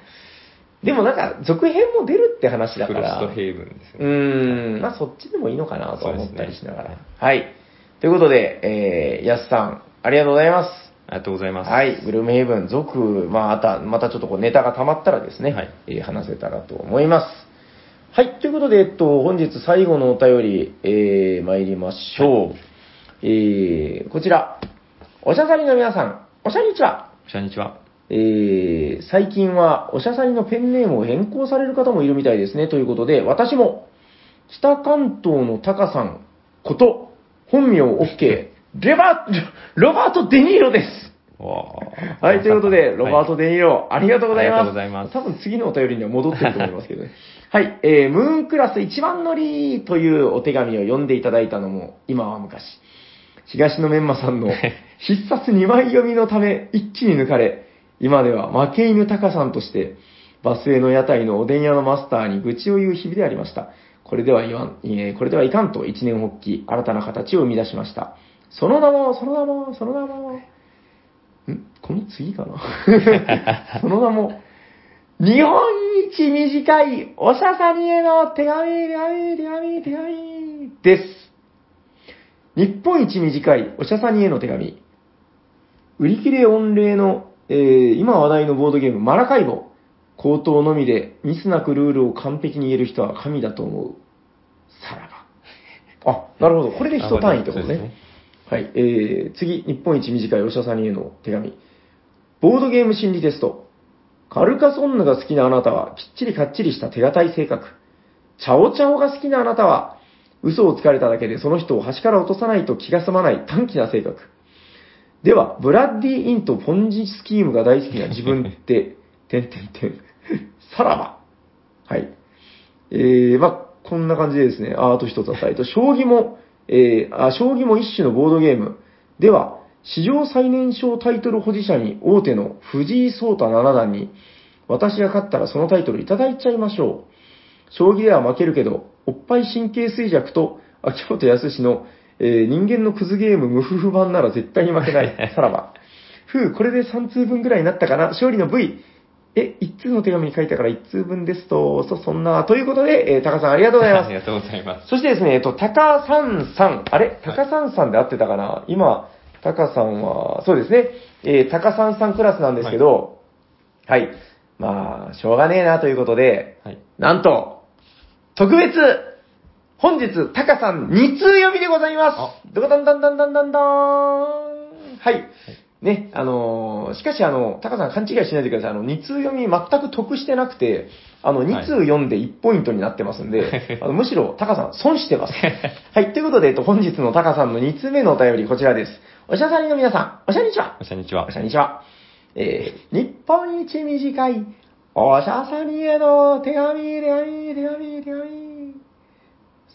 でもなんか、続編も出るって話だ
フ
か
ロス
ら。
トヘイブンです
う
ね。
ーん、まあそっちでもいいのかなとは思ったりしながら。
そうです
はい。ということで、えー、やすさん、ありがとうございます。
ありがとうございます。
はい、グルメヘイブン、続、まあ、また、またちょっとこうネタが溜まったらですね、
はい
えー話せたらと思います。はい、ということで、えっと、本日最後のお便り、えー、参りましょう。えー、こちら、おしゃさりの皆さん、おしゃにちは。
こんにちは。
えー最近はおしゃさりのペンネームを変更される方もいるみたいですね。ということで、私も、北関東のタカさんこと、本名 OK、レバ、ロバート・デ・ニーロです。
わー
はい、ということで、ロバー
は
ト・デ・ニーロ、ありがとうございます。
ありがとうございます
多分次のお便りには戻ってると思いますけどね。 はい、えー、ムーンクラス一番乗りというお手紙を読んでいただいたのも、今は昔。東野メンマさんの必殺2枚読みのため一気に抜かれ、今では負け犬タカさんとして、バスへの屋台のおでん屋のマスターに愚痴を言う日々でありました。これではいわん、えーこれではいかんと一年発起、新たな形を生み出しました。その名も、その名も、その名も、んこの次かな その名も、日本一短いおしゃさりへの手紙、手紙、手紙、手紙です。日本一短いおしゃさりへの手紙。売り切れ御礼の、えー今話題のボードゲーム、マラカイボ。口頭のみでミスなくルールを完璧に言える人は神だと思う。さらば。あ、なるほど。これで一単位ってこと
そうです
ね。はい、えー、次、日本一短いお医者さんへの手紙。ボードゲーム心理テスト。カルカソンヌが好きなあなたは、きっちりかっちりした手堅い性格。チャオチャオが好きなあなたは、嘘をつかれただけでその人を端から落とさないと気が済まない短気な性格。では、ブラッディインとポンジスキームが大好きな自分って、てんてんてん。さらば。はい。えー、まあ、こんな感じでですね、ああと一つあった。えっと、将棋も、えーあ、将棋も一種のボードゲーム。では、史上最年少タイトル保持者に大手の藤井聡太七段に、私が勝ったらそのタイトルいただいちゃいましょう。将棋では負けるけど、おっぱい神経衰弱と秋元康の、えー人間のクズゲーム無夫婦版なら絶対に負けない。さらば。ふう、これで3通分ぐらいになったかな。勝利の V。え、1通の手紙に書いたから1通分ですと、そ、そんな、ということで、えー、タカさんありがとうございます
あり。がとうござい ます。
そしてですね、えっと、タカさんさん、あれタカさんさんで合ってたかな、今、タカさんは、そうですね、えー、タカさんさんクラスなんですけど、はい、まあ、しょうがねえなということで、
はい。
なんと、特別、本日、タカさん2通読みでございますどこだんだんだんだんだんだーんはい。ね、あのーしかしあの、タカさん勘違いしないでください。あの、2通読み全く得してなくて、あの、2通読んで1ポイントになってますんで、 あのむしろタカさん損して ます。はい、ということで、えっと、本日のタカさんの2通目のお便りこちらです。おしゃさりの皆さん、おしゃにちは
おしゃにちは
おし。ゃにちは。えー、日本一短い、おしゃさにへの手紙、手紙、手紙、手紙。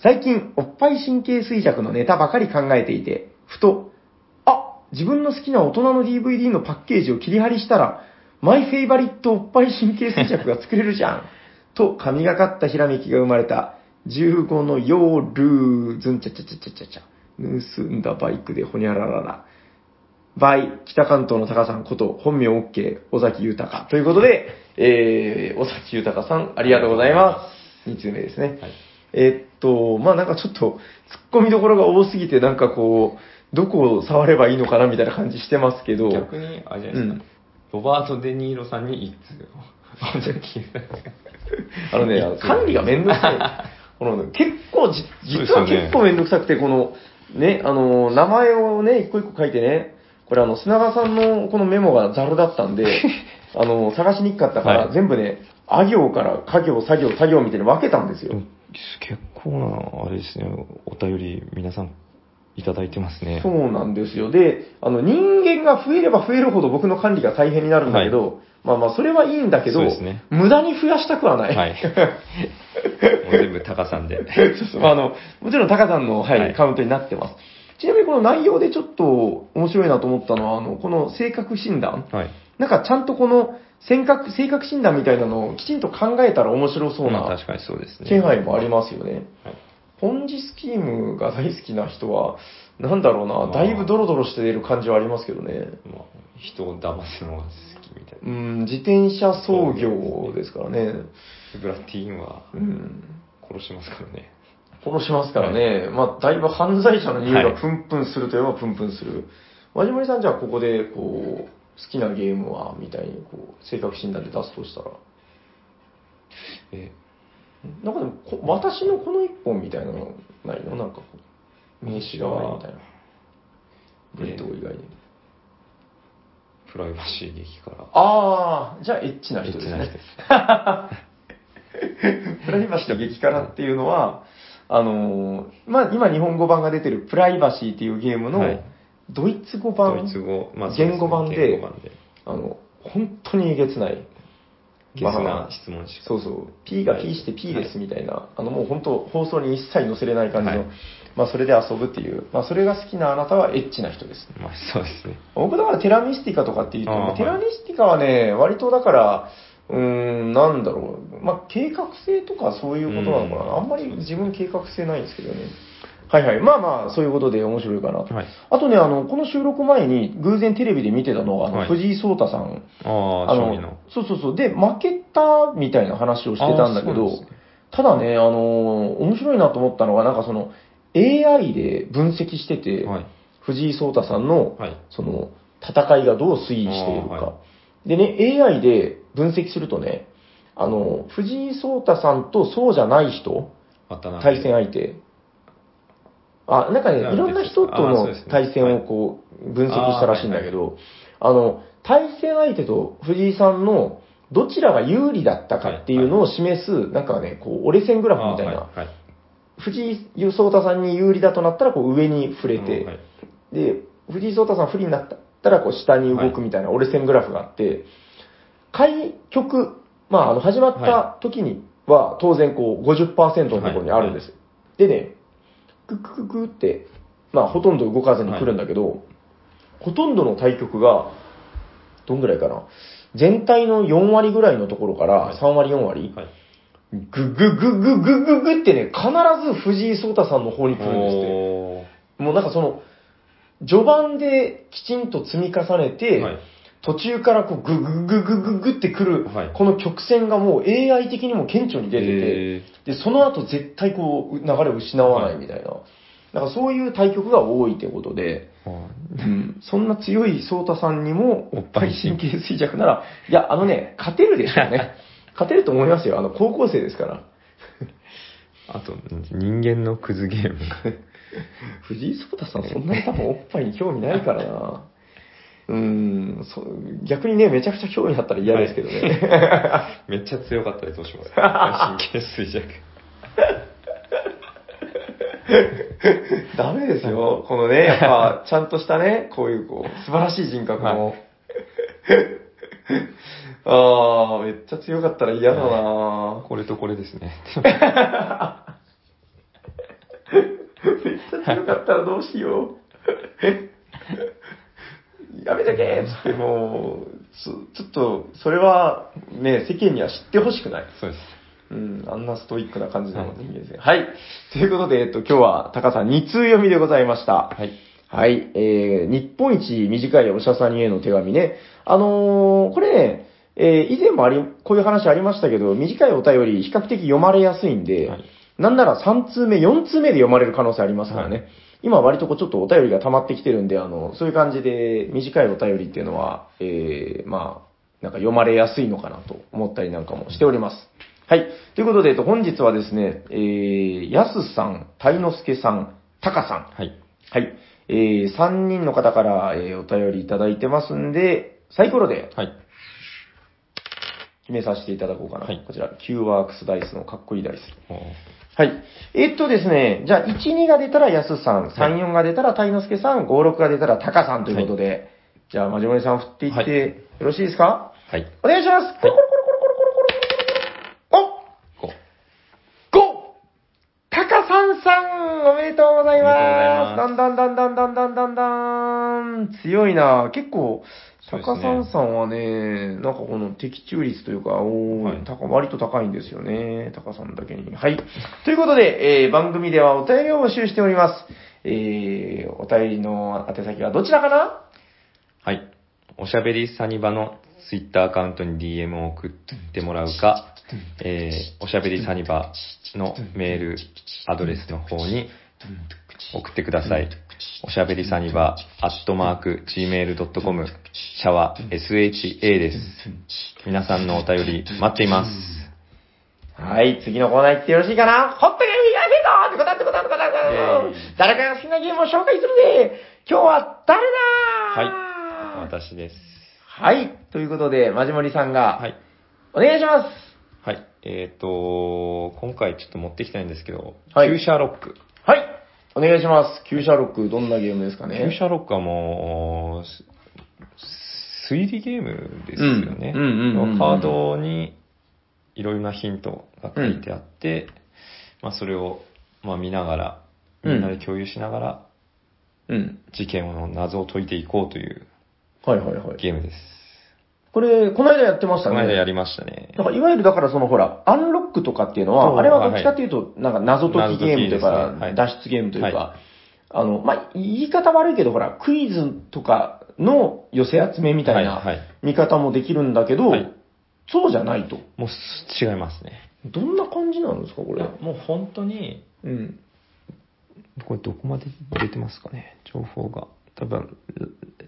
最近、おっぱい神経衰弱のネタばかり考えていて、ふと、あ自分の好きな大人の DVD のパッケージを切り貼りしたら、マイフェイバリットおっぱい神経衰弱が作れるじゃん。 と、神がかったひらめきが生まれた、15の夜、ずんちゃちゃちゃちゃちゃちゃ、盗んだバイクでほにゃららら。バイ、北関東の高さんこと、本名 OK、尾崎豊。ということで、えー、尾崎豊さん、ありがとうございます。2通目ですね。
はい
えーっと、まあなんかちょっと、突っ込みどころが多すぎて、なんかこう、どこを触ればいいのかなみたいな感じしてますけど、
逆に、あれじゃないですか、
うん
ロバート・デ・ニーロさんに一通を。
あのね、管理がめんどくさい。このね結構じ、実
そう
は
ですよね
結構めんどくさくて、この、ね、あの、名前をね、一個一個書いてね、これあの、砂川さんのこのメモがザルだったんで、 あの、探しにくかったから、
はい
全部ね、あ行から家業、作業、作業みたいに分けたんですよ。
結構な、あれですね、お便り皆さんいただいてますね。
そうなんですよ。で、あの、人間が増えれば増えるほど僕の管理が大変になるんだけど、まあまあ、それはいいんだけど、
そうですね
無駄に増やしたくはない。
はい。 もう全部タカさんで。
そうそうまああの、もちろん高さんの、はい
はい
カウントになってます。ちなみにこの内容でちょっと面白いなと思ったのは、あの、この性格診断。
はい。
なんかちゃんとこの性格、性格診断みたいなのをきちんと考えたら面白そう
まあ
な
確かにそうですね。
気配もありますよね。
はい
ポンジスキームが大好きな人は、なんだろう
あ
な、
ー
だいぶドロドロしている感じはありますけどね。
まあ、人を騙すのが好きみたいな。
うん、自転車操業ですからね。
ブラッティーンは
うん。
殺しますからね。
殺しますからね、まあ、だいぶ犯罪者の匂い
は
が
い
プンプンするといえばプンプンする。まじまりさん、じゃあここで、こう、好きなゲームはみたいに、こう、性格診断で出すとしたら、
え、
なんかでもこ、私のこの一本みたいなのないのなんかこう、名刺代わりみたいな。ブレッド以外に。
プライバシー劇から。
ああ、じゃあエッチな
エッ
人で
チ
す
な
ね
人。です。
プライバシーと激辛っていうのは、あのーまあ、今日本語版が出てるプライバシーっていうゲームの
はい
ドイツ語版、
ドイツ語、まあ、そうですね
言語版で
言語版で。
あの、本当にえげつない。
ゲスな質問しか。
そうそう。P が P して P ですみたいな、あのもう本当放送に一切載せれない感じの、
はい
まあそれで遊ぶっていう、まあそれが好きなあなたはエッチな人です。
まあ、そうですね。
僕だからテラミスティカとかって言うと、
あー
テラミスティカはね、割とだから、うーん、なんだろう、まあ計画性とかそういうことなのかな。
うん
あんまり自分計画性ないんですけどね。はいはい。まあまあ、そういうことで面白いかなと。
はい。
あとね、あの、この収録前に偶然テレビで見てたのが、あの
はい
藤井聡太さん
ああ、
あ
将
の
棋の。
そうそうそう。で、負けたみたいな話をしてたんだけ
あーそう
ど、
なんですね
ただね、あのー面白いなと思ったのが、なんかその、AI で分析してて、
はい。
藤井聡太さんの、
はい。
その、戦いがどう推移しているか。
あーは
でね、AI で分析するとね、あの、藤井聡太さんとそうじゃない人、
あったな。
対戦相手。あ、なんかね、い
なるほ
ろ
ど
んな人と
あーそう
の
ですね
対戦をこう、分析したらしいんだけど、あの、対戦相手と藤井さんのどちらが有利だったかっていうのを示す、なんかね、こう、折れ線グラフみたいな。
あーはい。はい
藤井聡太さんに有利だとなったら、こう、上に触れて、
はい
で、藤井聡太さん不利になったら、こう、下に動くみたいな折れ線グラフがあって、開局、まあ、あの、始まった時には、当然、こう、50%のところにあるんですよ。でね、ククククって、まあ、ほとんど動かずに来るんだけど、ほとんどの対局が、どんぐらいかな。全体の4割ぐらいのところから、3割4割、
はい。
ぐぐぐぐぐぐぐってね、必ず藤井聡太さんの方に来るんですって。
お
もうなんかその、序盤できちんと積み重ねて、
はい
途中からこうググググググってくる、
はい
この曲線がもう AI 的にも顕著に出てて、
え
で、その後絶対こう流れを失わないみたいな。なんかそういう対局が多いってことで、
ーはい
そんな強い颯太さんにも、
お
お
っ
っ
ぱ
ぱ
い
い
神
神経衰弱なら、いや、あのね、勝てるでしょ うね。勝てると思いますよ。あの、高校生ですから。
あと、人間のクズゲーム。
藤井聡太さん、そんなに多分おっぱいに興味ないからな。 うーんそう逆にね、めちゃくちゃ興味あったら嫌ですけどね。
めっちゃ強かったらどうしますか神経衰弱。
ダメですよ。このね、やっぱ、ちゃんとしたね、こういうこう、素晴らしい人格
は
の。ああ、めっちゃ強かったら嫌だな、
これとこれですね。
めっちゃ強かったらどうしよう。 やめとけっつってもう、ちょちょっと、それはね、世間には知ってほしくない。
そうです。
うん、あんなストイックな感じの人間ですね。はい。ということで、えっと、今日は高さん2通読みでございました。
はい。
はい。えー、日本一短いおしゃさんへの手紙ね。あのーこれね、えー以前もあり、こういう話ありましたけど、短いお便り比較的読まれやすいんで、
はい
なんなら3通目、4通目で読まれる可能性ありますからね。
は
今割とこうちょっとお便りが溜まってきてるんで、あの、そういう感じで短いお便りっていうのは、えー、まあ、なんか読まれやすいのかなと思ったりなんかもしております。はい。ということで、えっと本日はですね、えー、やすさん、たいのすけさん、たかさん、
はい。
はい。えー、3人の方から、えーお便りいただいてますんで、サイコロで
はい。
決めさせていただこうかな。
はい
こちら、Q ワークスダイスのかっこいいダイス。
おー
はい。えっとですね、じゃあ、1、2が出たらやすさん、3、4が出たらたいのすけさん、5、6が出たらたかさんということで、じゃあ、まじもりさん振ってい
は
っ
い
て、よろしいですか
はい。
お願いしますコロコロコロコロコロコロコロコロコロコロ
こう。
五タカさんさんおめでとうございます
お
だんだんだんだんだんだんだんだん強いな結構、
そう
タ
ですね
カさんさんはね、なんかこの的中率というか、お
はい
ー、高割と高いんですよね。タカさんだけに。はい。ということで、えー番組ではお便りを募集しております。えー、お便りの宛先はどちらかな
はい。おしゃべりサニバのツイッターアカウントに DM を送ってもらうか、えー、おしゃべりサニバのメールアドレスの方に送ってください。おしゃべりサニバアットマーク gmail.com シャワー SHA です。皆さんのお便り待っています。
はい、次のコーナー行ってよろしいかなホットゲームやめぞってことだってことだってことだってことだ誰かが好きなゲームを紹介するぜ今日は誰だ
はい。私です。
はい、ということで、まじもりさんが、
はい。
お願いしま
はい。えっ、と、今回ちょっと持ってきたいんですけど、
はい
旧シャーロック。
すはいお願いします旧シャーロック、どんなゲームですかね
旧シャーロックはもう、す推理ゲームですよね。
うんうんうんうんうん
カードにいろいろなヒントが書いてあって、まあそれを、まあ、見ながら、みんなで共有しながら、
うん。
事件の謎を解いていこうという
はいはいはい。
ゲームです。
これ、この間やってまし
こ
たね。
の間やりましたね
だ。からいわゆるだからそのほら、アンロックとかっていうの
そう
は、あれはどっちかっていうと、なんか謎解きゲームとい
謎
うか
解きですねはい、
脱出ゲームという
は
か、あの、まあ、言い方悪いけど、ほら、クイズとかの寄せ集めみたい
はいは
ない見方もできるんだけど
はい、
そうじゃないと。
もうす違いますね。
どんな感じなんですか、こ
こ
れ
れ。もう本当に、
うん。
これどこまで出てますかね、情報が。多分、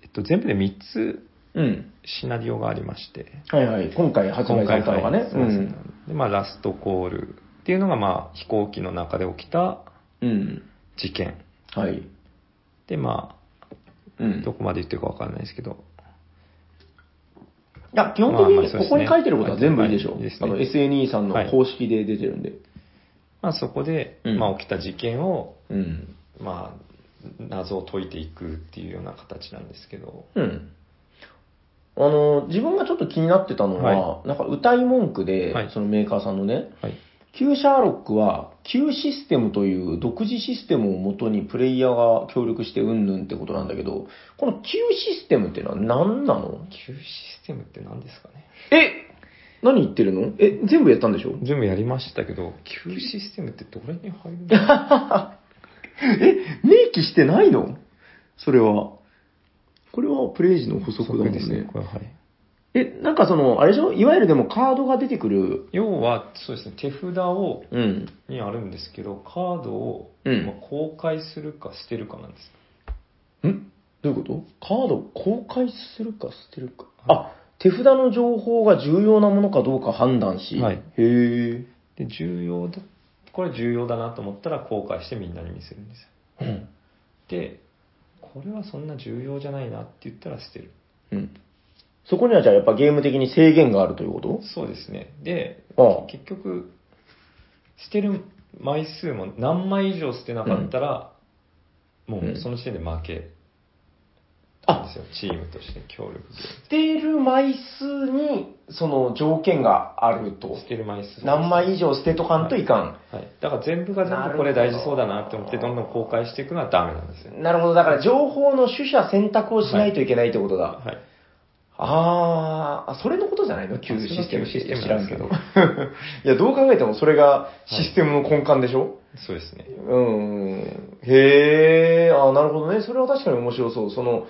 えっと、全部で3つ
うん。
シナリオがありまして、
はいはい。今回発売されたのが
今。回はい
ねう
そうですね
ん。
でまあ、ラストコールっていうのが、まあ、飛行機の中で起きた
うん。
事件。
はい。
で、ま
う
あ、
ん
ど。こまで言ってるかわかんないですけど、
いや、基本
まあまあ
的
そうです
に
ね
ここに書いてることは全部いいでし
は
ょ
いいいです。ね
あの、SNE さん
は
の
い
公式で出てるんで。
まあ、そこで、
うん
まあ、起きた事件を、
うん。
まあ、謎を解いていくっていうような形なんですけど、
うん。あの、自分がちょっと気になってたのは、なんか歌い文句で、
はい
そのメーカーさんのね、
はい。
旧シャーロックは Q システムという独自システムをもとにプレイヤーが協力してうんぬんってことなんだけど、この Q システムっていうのは何なの
Q システムって何ですかね
え何言ってるのえ、全部やったんでしょ
全部やりましたけど、Q システムってどれに入るんだ
え、明記してないのそれは。これはプレイ時の 補足だもん
ですね
ね。。
これはい。
え、なんかその、あれでしょいわゆるでもカードが出てくる。
要は、そうですね、手札を、
うん。
にあるんですけど、カードを、
うん
まあ公開するか捨てるかなんです。
んどういうことカードを公開するか捨てるか。あ、手札の情報が重要なものかどうか判断し。
はい
へえ。
で、重要だ、これ重要だなと思ったら公開してみんなに見せるんですよ。
うん。
で、これはそんな重要じゃないなって言ったら捨てる。
うん。そこにはじゃあやっぱゲーム的に制限があるということ
そうですね。で、
ああ
結局、捨てる枚数も何枚以上捨てなかったら、もうその時点で負けなん
あ
ですよ、チームとして協力で。
捨てる枚数に、その条件があると
捨てる枚数。
何枚以上捨てとかんといかん。
はい。だから全部が全部これ大事そうだなって思って、
なる
どん
ほ
ど
ど
ん公開していくのはダメなんですよ。
なるほど。だから情報の取捨選択をしないといけないってことだ。
はい。
あーあ、それのことじゃないの
あ
?Q システムって。
そ
い
れ
や
が Q シス
知
テム
ら
なんで
ん
す
け
けど
ど。いや、どう考えてもそれがシステムの根幹でしょ、
そうですね。
うーん。へえ、あーなるほどね。それは確かに面白そう。その、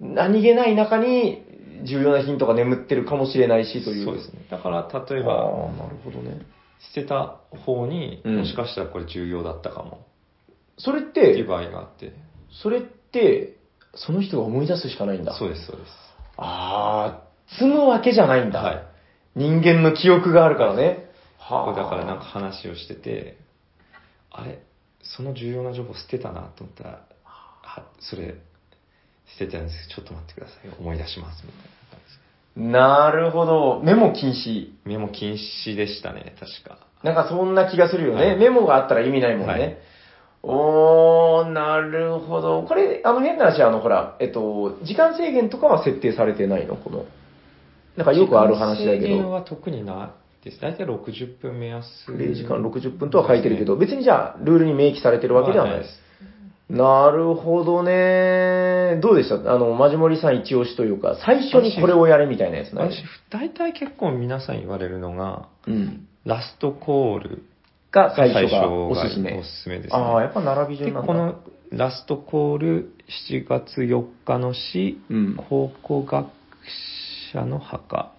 何気ない中に重要なヒントが眠ってるかもしれないしという。
そうですね。だから、
あ
例え
ー
ば、
なるほどね。
捨てた方に、
うん
もしかしたらこれ重要だったかも、
それっ
っていう
て、
場合があって。
それって、その人が思い出すしかないんだ。
そうです、そうです。
ああ、積むわけじゃないんだ。
はい。
人間の記憶があるからね。は
これだからなんか、話をしてて、あれ、その重要な情報捨てたなと思ったら、はそれ、捨てたんですけど、ちょっと待ってくださいよ。思い出します、みたいな感じ
なるほど。メモ禁止。
で。メモ禁止でしたね、確か。
なんかそんな気がするよね。
はい
メモがあったら意味ないもんね。
はい
おー、なるほど。これ、あの変な話、あの、ほら、えっと、時間制限とかは設定されてないのこの。なんかよくある話
時
だ
間制
け
限
ど。
は特にないです。大体60分目安。
プレイ時間60分とは書いてるけど、別にじゃあ、ルールに明記されてるわけではないです。なるほどね。どうでしたあの、マジモリさん一押しというか、最初にこれをやれみたいなやつ
まあ
な
ないです。私、大体結構皆さん言われるのが、
うん。
ラストコール
が
が
最
最
初
初が
がお
お
す
す
す
す
め
め。ですね。
ああ、やっぱ並び
で、
順なんだ。
このラストコール、7月4日の詩、
うん。
考古学者の墓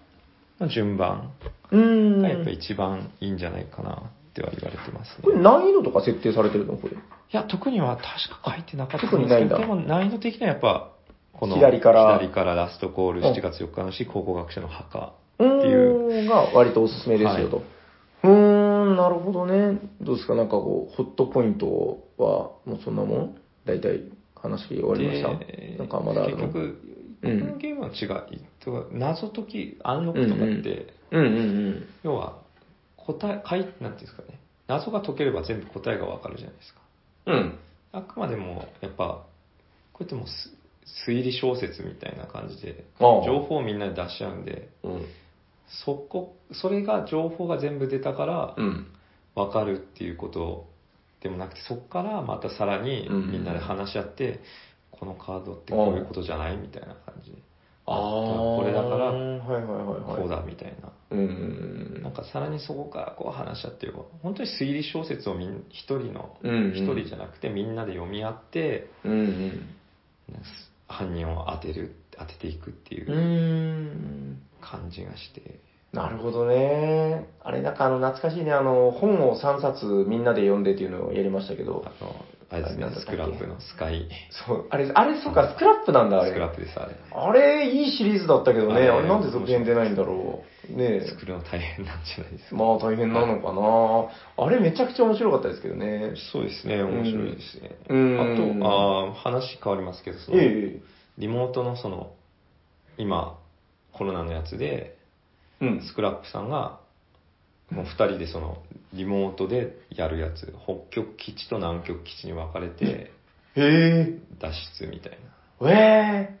の順番
うーん。
がやっぱ一番いいんじゃないかなっては言われてます
これ
ね。
難易度とか設定されてるのこれ。
いや、特には確か書いてなかった
特にないんだ
でも難易度的にはやっぱ、この
左から
左からラストコール
うん
7月4日の詩、考古学者の墓。って
う
い
ーん。が割とおすすめですよと。うーん、なるほどね。どうですかなんかこう、ホットポイントは、もうそんなもん大体話終わりました
で
なんかまだある
結
の
局、こ
うん
のゲームは違い、とか謎解き、アンロックとかって、
うんうんうんうん。
要は、答え、解、なんていうんですかね、謎が解ければ全部答えがわかるじゃないですか。
うん。
あくまでも、やっぱ、こうやってもうす推理小説みたいな感じで、
ああ
情報をみんなで出し合うんで、
うん。
そこ、それが情報が全部出たから
う、ん。
わかるっていうことでもなくて、そこからまたさらに
うん
みんなで話し合って、このカードってこういうことじゃないみたいな感じで。
ああ。
これだから
はいはいはいはい。
こうだみたいな。
うんうん
なんかさらにそこからこう話し合ってよ本当に推理小説をみん一人の、
うんうん
一人じゃなくてみんなで読み合って、
うん。うん
なんか犯人を当てる、当てていくってい
うん。うー。
うん感じがして。
なるほどね。あれ、なんかあの、懐かしいね。あの、本を3冊みんなで読んでっていうのをやりましたけど
あ。の、あれですね
あれなんだっ、け
スクラップのスカイ、
そう、あれ、あれ、そうか、スクラップなんだ、あ
スクラ
れ。
ップです、あれ。
あれ、いいシリーズだったけどね。
あれ
あれ、なんで続編出ないんだろう。ねえ。
作るの大変なんじゃないですか。
まあ、大変なのかな。あれ、めちゃくちゃ面白かったですけどね。
そうですね、面白いですね。
うん
あと、あー話変わりますけど、その、
え
リモートのその、今、コロナのやつで、
え。うん。
スクラップさんが、もう2人でそのリモートでやるやつ、北極基地と南極基地に分かれて
へえ。
脱出みたい
ええ。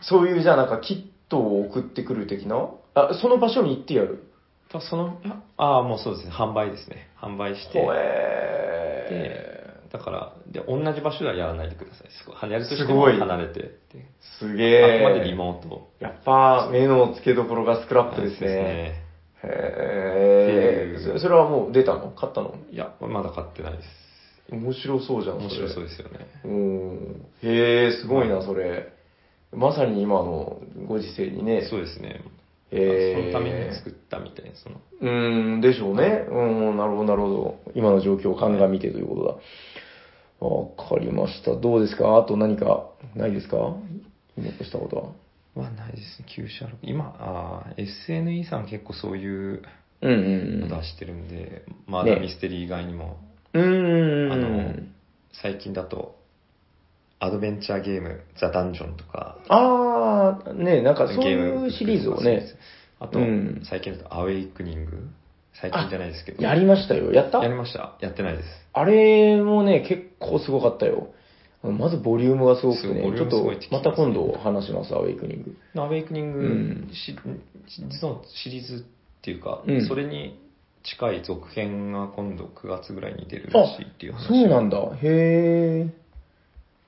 そういう、じゃあ、なんか、キットを送ってくる的なあ、その場所に行ってやる。
とその、ああー、もうそうですね、販売ですね。販売して、
ほえ
だから、で、同じ場所ではやらないでください。そこはやるとして
す
も
ごい
離れてって。
ー。すげえ。
あくまでリモート。
やっぱ、目の付けどころがスクラップで
で
す
す
ね。
ね
へ
ってい
え。
う
そそれはもう出たの買ったの
いや、まだ買ってないです。
面白そうじゃん、
面白そう
で
ですよね。
す。うん。へえ、すごいな、それ。まさに今のご時世にね。
そうですね。
へ
そ
ー
のために作ったみたいな、その。
うん、でしょうね。うん、なるほど、なるほど。今の状況を鑑みてということだ。わかりました。どうですかあと何かないですか言おうとしたことは。
はないですね、旧車六今、あー SNE さん結構そういう
うん
の
うん
出してるんで、マーダーミステリー以外にも、
うん。うん。
あの最近だと、アドベンチャーゲーム、ザ・ダンジョンとか、
あー、ねなんかそう
ゲ
い
ム
うシリーズをね、。
あと、
うん
最近だと、アウェイクニング最近じゃないですけど。
やりましたよ。やった
やりました。やってないです。
あれもね、結構すごかったよ。まずボリュームがすごく
そうボ
ね、
リューム
ちょっ
す
と
ごいって聞きま
ま
ね
すた今度話します、アウェイクニング。
アウェイクニング、
うん
し実のシリーズっていうか、
うん
それに近い続編が今度9月ぐらいに出るら
あ
しいっていう話。
そうなんだ。へえ。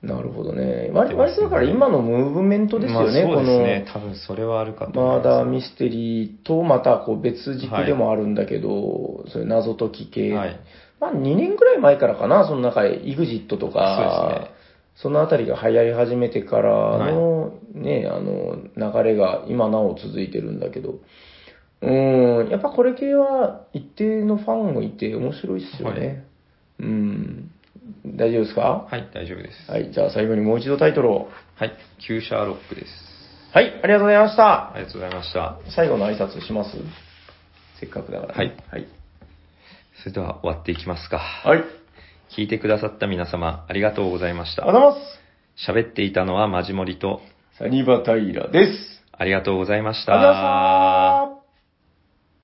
なるほどね。割割とだから今のムーブメントですよね、
まあ、そう
こ
です
の。
ね。多分それはあるかと思い
マー
ます
ダーミステリーとまたこう別軸でもあるんだけど、そういう謎解き系、
はい
まあ2年ぐらい前からかな、その中へ EXIT とか、
そうですね
そのあたりが流行り始めてからの、ね、あの、流れが今なお続いてるんだけど、うーん、やっぱこれ系は一定のファンもいて面白いっすよね。
は
うん。大丈夫ですか
はい、大丈夫です。
はい、じゃあ最後にもう一度タイトルを。
はい、旧シャーロックです。
はい、ありがとうございました。
ありがとうございました。
最後の挨拶しますせっかくだから。
はい
はい。
それでは終わっていきますか。
はい。ありが
聞いてくださった皆様、ありがとうございまし
とうご
た。
ざいま
喋っていたのはマジモリと、
す。サニバタイラです。
ありがとうございました。
ありがとうございました